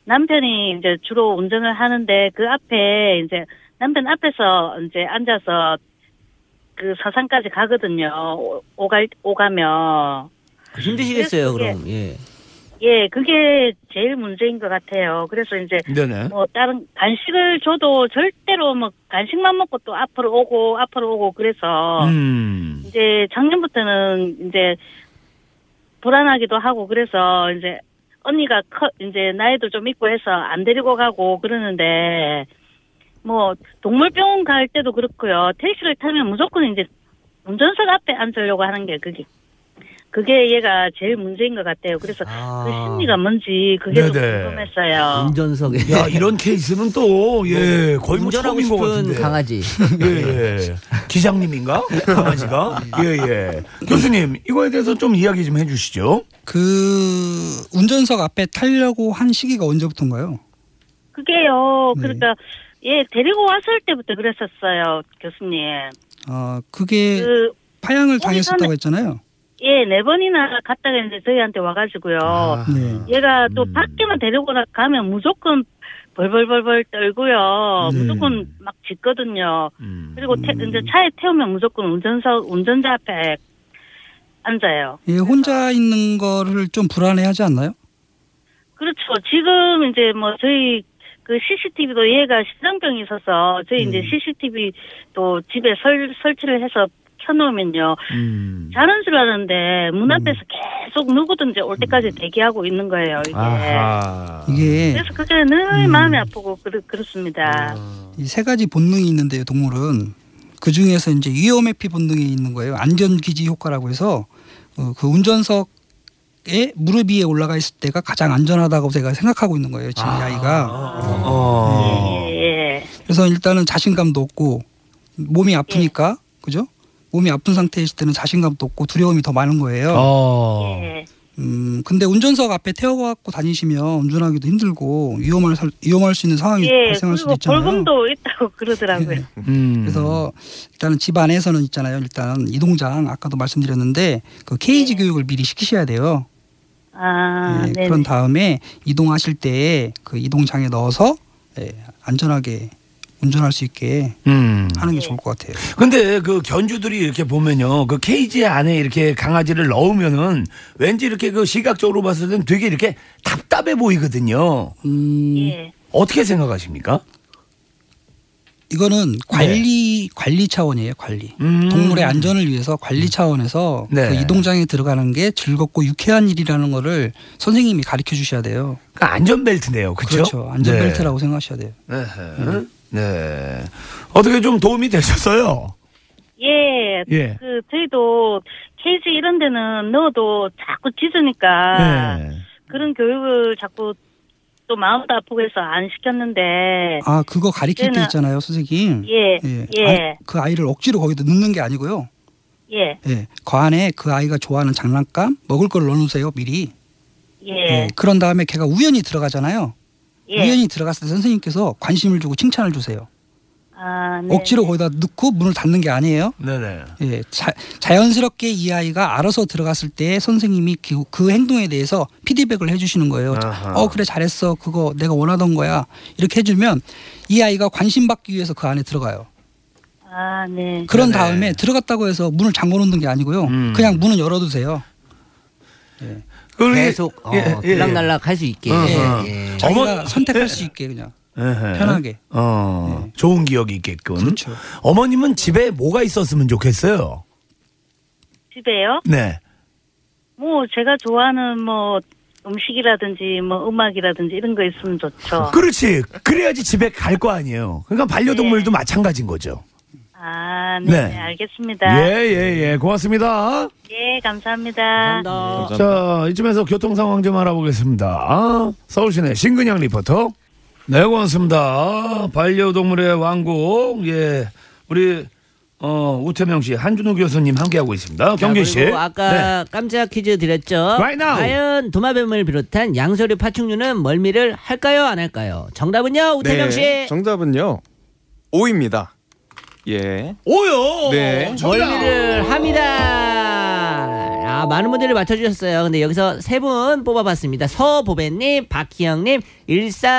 S11: 남편이 이제 주로 운전을 하는데 그 앞에 이제 남편 앞에서 이제 앉아서 그 서산까지 가거든요. 오- 오갈 오가며
S8: 힘드시겠어요,
S11: 그게-
S8: 그럼. 예.
S11: 예, 그게 제일 문제인 것 같아요. 그래서 이제
S7: 네네.
S11: 뭐 다른 간식을 줘도 절대로 뭐 간식만 먹고 또 앞으로 오고 앞으로 오고 그래서
S7: 음.
S11: 이제 작년부터는 이제 불안하기도 하고 그래서 이제 언니가 커 이제 나이도 좀 있고 해서 안 데리고 가고 그러는데 뭐 동물병원 갈 때도 그렇고요 택시를 타면 무조건 이제 운전석 앞에 앉으려고 하는 게 그게 그게 얘가 제일 문제인 것 같아요 그래서 그 심리가 뭔지 그게 좀
S7: 네네.
S11: 궁금했어요
S8: 운전석에.
S7: 아, 야 이런 케이스는 또 예 거의 뭐
S8: 운전하고
S7: 처음인 것
S8: 싶은
S7: 같은데. *laughs*
S8: 강아지.
S7: 예, 예. 기장님인가 강아지가 예예 교수님 이거에 대해서 좀 이야기 좀 해주시죠.
S9: 그 운전석 앞에 타려고 한 시기가 언제부터인가요?
S11: 그게요
S9: 네.
S11: 그러니까 예 데리고 왔을 때부터 그랬었어요 교수님
S9: 아 그게
S11: 그
S9: 파양을
S11: 오기
S9: 당했었다고
S11: 전에-
S9: 했잖아요.
S11: 예, 네 번이나 갔다가 이제 저희한테 와가지고요.
S7: 아.
S8: 아.
S9: 네.
S11: 얘가
S7: 음.
S11: 또 밖에만 데리고 나- 가면 무조건 벌벌벌벌 떨고요.
S7: 네.
S11: 무조건 막 짖거든요. 그리고 태,
S7: 음.
S11: 이제 차에 태우면 무조건 운전석, 운전자 앞에 앉아요.
S9: 예, 혼자 있는 거를 좀 불안해하지 않나요?
S11: 그렇죠. 지금 이제 뭐 저희 그 CCTV도 얘가 심장병이 있어서 저희
S7: 음.
S11: 이제 CCTV도 집에 설, 설치를 해서 켜놓으면요.
S7: 음.
S11: 자는 줄 아는데 문 앞에서 계속 누구든지 올 때까지 대기하고 있는 거예요. 이게.
S7: 아하.
S9: 이게
S11: 그래서 그게 늘 마음이 아프고 그렇, 그렇습니다.
S9: 이 세 가지 본능이 있는데요, 동물은 그 중에서 이제 위험 회피 본능이 있는 거예요. 안전 기지 효과라고 해서 어, 그 운전석에 무릎 위에 올라가 있을 때가 가장 안전하다고 제가 생각하고 있는 거예요, 지금 이 아이가. 아.
S7: 어.
S11: 예.
S9: 그래서 일단은 자신감도 없고 몸이 아프니까 그죠? 몸이 아픈 상태에 있을 때는 자신감도 없고 두려움이 더 많은 거예요.
S7: 어.
S11: 예.
S9: 음, 근데 운전석 앞에 태워갖고 다니시면 운전하기도 힘들고 위험할 살- 위험할 수 있는 상황이
S11: 예,
S9: 발생할 수도
S11: 그리고
S9: 있잖아요. 예.
S11: 벌금도 있다고 *laughs* 그러더라고요.
S7: 음.
S9: 그래서 일단은 집 안에서는 있잖아요. 일단 이동장 아까도 말씀드렸는데 그 케이지 교육을 미리 시키셔야 돼요.
S11: 네. 아,
S9: 예,
S11: 네.
S9: 그런 다음에 이동하실 때 그 이동장에 넣어서 예, 안전하게 운전할 수 있게
S7: 음.
S9: 하는
S11: 네.
S9: 게 좋을 것 같아요.
S7: 근데 그 견주들이 이렇게 보면요. 그 케이지 안에 이렇게 강아지를 넣으면은 왠지 이렇게 그 시각적으로 봤을 땐 되게 이렇게 답답해 보이거든요.
S9: 음,
S11: 예.
S7: 어떻게 생각하십니까? 네.
S9: 이거는 관리 관리 차원이에요. 관리 동물의 안전을 위해서 관리 차원에서
S7: 음. 네.
S9: 그 이동장에 들어가는 게 즐겁고 유쾌한 일이라는 거를 선생님이 가르쳐 주셔야 돼요.
S7: 그러니까 안전벨트네요. 그쵸?
S9: 그렇죠. 안전벨트라고 생각하셔야 돼요.
S7: 네. 네. 네. 어떻게 좀 도움이 되셨어요?
S11: 예,
S7: 예.
S11: 그 저희도 케이지 이런 데는 넣어도 자꾸 짖으니까
S9: 예.
S7: 네.
S11: 그런 교육을 자꾸 또 마음도 아프고 해서 안 시켰는데
S9: 아 그거 가리킬 때
S11: 이제는-
S9: 있잖아요, 선생님.
S11: 예, 예.
S9: 아이- 그 아이를 억지로 거기다 넣는 게 아니고요.
S11: 예,
S9: 예. 그 안에 그 아이가 좋아하는 장난감, 먹을 걸 넣어놓으세요 미리.
S11: 예,
S9: 예, 그런 다음에 걔가 우연히 들어가잖아요.
S11: 예.
S9: 우연히 들어갔을 때 선생님께서 관심을 주고 칭찬을 주세요.
S11: 아, 네.
S9: 억지로 거기다 넣고 문을 닫는 게 아니에요.
S7: 네네.
S9: 예, 자, 자연스럽게 이 아이가 알아서 들어갔을 때 선생님이 그, 그 행동에 대해서 피드백을 해주시는 거예요.
S7: 아하.
S9: 어 그래 잘했어 그거 내가 원하던 거야 이렇게 해주면 이 아이가 관심 받기 위해서 그 안에 들어가요.
S11: 아, 네.
S9: 그런 다음에 들어갔다고 해서 문을 잠궈 놓는 게 아니고요.
S7: 음.
S9: 그냥 문을 열어도 돼요.
S8: 계속 어,
S9: 예, 예, 예.
S8: 들락날락 할 수 있게.
S7: 어허.
S8: 예.
S9: 자기가 선택할
S7: 네.
S9: 수 있게 그냥.
S7: 에헤.
S9: 편하게. 네. 그렇죠.
S7: 어, 좋은 기억이 있게끔. 어머님은 집에 뭐가 있었으면 좋겠어요?
S11: 집에요?
S7: 네.
S11: 뭐 제가 좋아하는 뭐 음식이라든지 뭐 음악이라든지 이런 거 있으면
S8: 어.
S11: 좋죠.
S7: 그렇지. 그래야지 집에 갈 거 아니에요. 그러니까
S8: 예.
S7: 반려동물도 마찬가지인 거죠.
S11: 아, 네,
S7: 네.
S11: 네, 알겠습니다.
S7: 예, 예, 예. 고맙습니다.
S11: 예, 감사합니다.
S8: 감사합니다.
S7: 자, 이쯤에서 교통 상황 좀 알아보겠습니다. 아, 서울시내 신근양 리포터. 네, 고맙습니다. 반려동물의 왕국. 예. 우리, 어, 우태명 씨, 한준호 교수님 함께하고 있습니다. 경기 씨. 네.
S8: 그리고 아까 깜짝 퀴즈 드렸죠.
S7: Right now.
S8: 과연 도마뱀을 비롯한 양서류 파충류는 멀미를 할까요, 안 할까요? 정답은요, 우태명 씨.
S3: 네.
S7: 네.
S3: 정답은요. 오입니다. 예.
S7: 오요.
S3: 네.
S8: 멀미를 합니다. 아, 많은 분들이 맞춰주셨어요. 근데 여기서 세 분 뽑아봤습니다. 서보배님, 박희영님,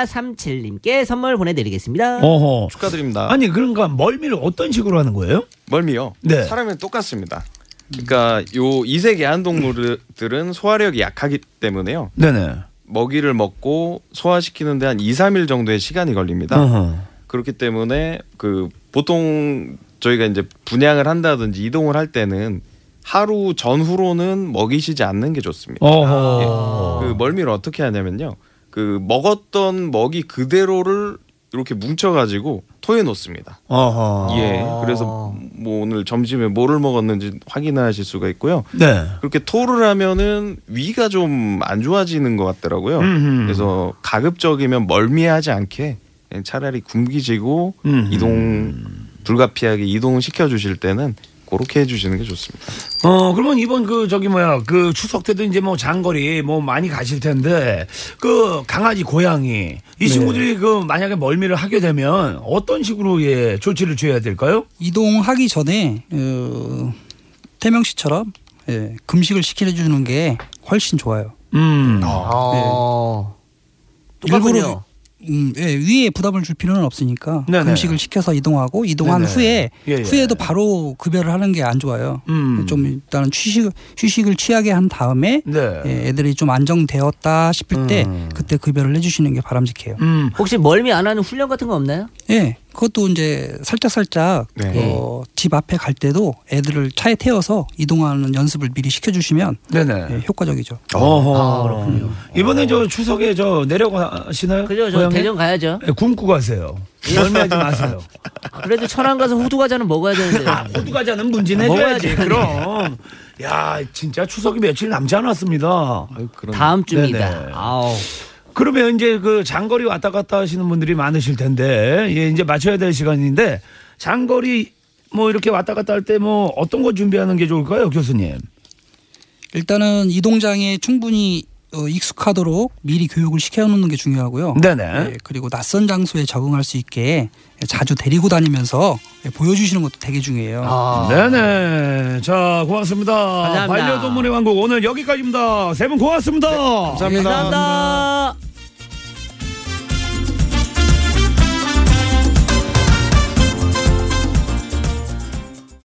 S8: 1437님께 선물 보내드리겠습니다.
S7: 어허.
S3: 축하드립니다.
S7: 아니, 그러니까 멀미를 어떤 식으로 하는 거예요?
S3: 멀미요.
S7: 네.
S3: 사람이 똑같습니다. 그러니까 요 이색 애완동물들은 소화력이 약하기 때문에요.
S7: 네네.
S3: 먹이를 먹고 소화시키는데 한 2, 3일 정도의 시간이 걸립니다.
S7: 어허.
S3: 그렇기 때문에 그 보통 저희가 이제 분양을 한다든지 이동을 할 때는 하루 전후로는 먹이시지 않는 게 좋습니다.
S7: 어허.
S3: 아, 그 멀미를 어떻게 하냐면요. 그 먹었던 먹이 그대로를 이렇게 뭉쳐가지고 토해 놓습니다.
S7: 어허.
S3: 예. 그래서 뭐 오늘 점심에 뭐를 먹었는지 확인하실 수가 있고요.
S7: 네.
S3: 그렇게 토를 하면은 위가 좀 안 좋아지는 것 같더라고요.
S7: 음흠.
S3: 그래서 가급적이면 멀미하지 않게 차라리 굶기지고
S7: 음흠.
S3: 이동 불가피하게 이동 시켜 주실 때는 그렇게 해주시는 게 좋습니다.
S7: 어, 그러면 이번 그 저기 뭐야 그 추석 때도 이제 뭐 장거리 뭐 많이 가실 텐데 그 강아지 고양이 이 친구들이 그 만약에 멀미를 하게 되면 어떤 식으로 예 조치를 취해야 될까요?
S9: 이동하기 전에 어, 태명 씨처럼 예, 금식을 시켜 주는 게 훨씬 좋아요.
S7: 음.
S8: 어.
S9: 일부러 음, 예, 위에 부담을 줄 필요는 없으니까
S7: 네네.
S9: 금식을 시켜서 이동하고 이동한
S7: 네네.
S9: 후에
S7: 예, 예.
S9: 후에도 바로 급여를 하는 게 안 좋아요.
S7: 음.
S9: 좀 일단은 휴식 휴식을 취하게 한 다음에
S7: 네.
S9: 예, 애들이 좀 안정되었다 싶을 때 그때 급여를 해주시는 게 바람직해요.
S7: 음.
S8: 혹시 멀미 안 하는 훈련 같은 거 없나요?
S9: 예, 그것도 이제 살짝 살짝
S3: 네.
S9: 어, 집 앞에 갈 때도 애들을 차에 태워서 이동하는 연습을 미리 시켜주시면
S7: 네네.
S9: 예, 효과적이죠.
S7: 어허. 아, 네. 그렇군요. 이번에 저 추석에 저 내려가시나요? 예.
S8: 그죠? 저
S7: 어? 고향에?
S8: 대전 가야죠.
S7: 예, 굶고 가세요. 멀미하지 마세요.
S8: 그래도 천안 가서 호두 과자는 먹어야
S7: *laughs*
S8: 되는데.
S7: 아, 호두 과자는 문진
S8: 먹어야지.
S7: 해줘야지. 그럼. 야, 진짜 추석이 며칠 남지 않았습니다.
S8: 다음 주입니다.
S7: 네네.
S8: 아우.
S7: 그러면 이제 그 장거리 왔다 갔다 하시는 분들이 많으실 텐데 예, 이제 맞춰야 될 시간인데 장거리 뭐 이렇게 왔다 갔다 할 때 뭐 어떤 거 준비하는 게 좋을까요, 교수님?
S9: 일단은 이동장에 충분히 어, 익숙하도록 미리 교육을 시켜놓는 게 중요하고요.
S7: 네네.
S9: 예, 그리고 낯선 장소에 적응할 수 있게 자주 데리고 다니면서 예, 보여주시는 것도 되게 중요해요.
S7: 아,
S8: 아.
S7: 네. 네네. 자, 고맙습니다. 반려동물의 왕국 오늘 여기까지입니다. 세 분 고맙습니다.
S9: 감사합니다. 네, 감사합니다.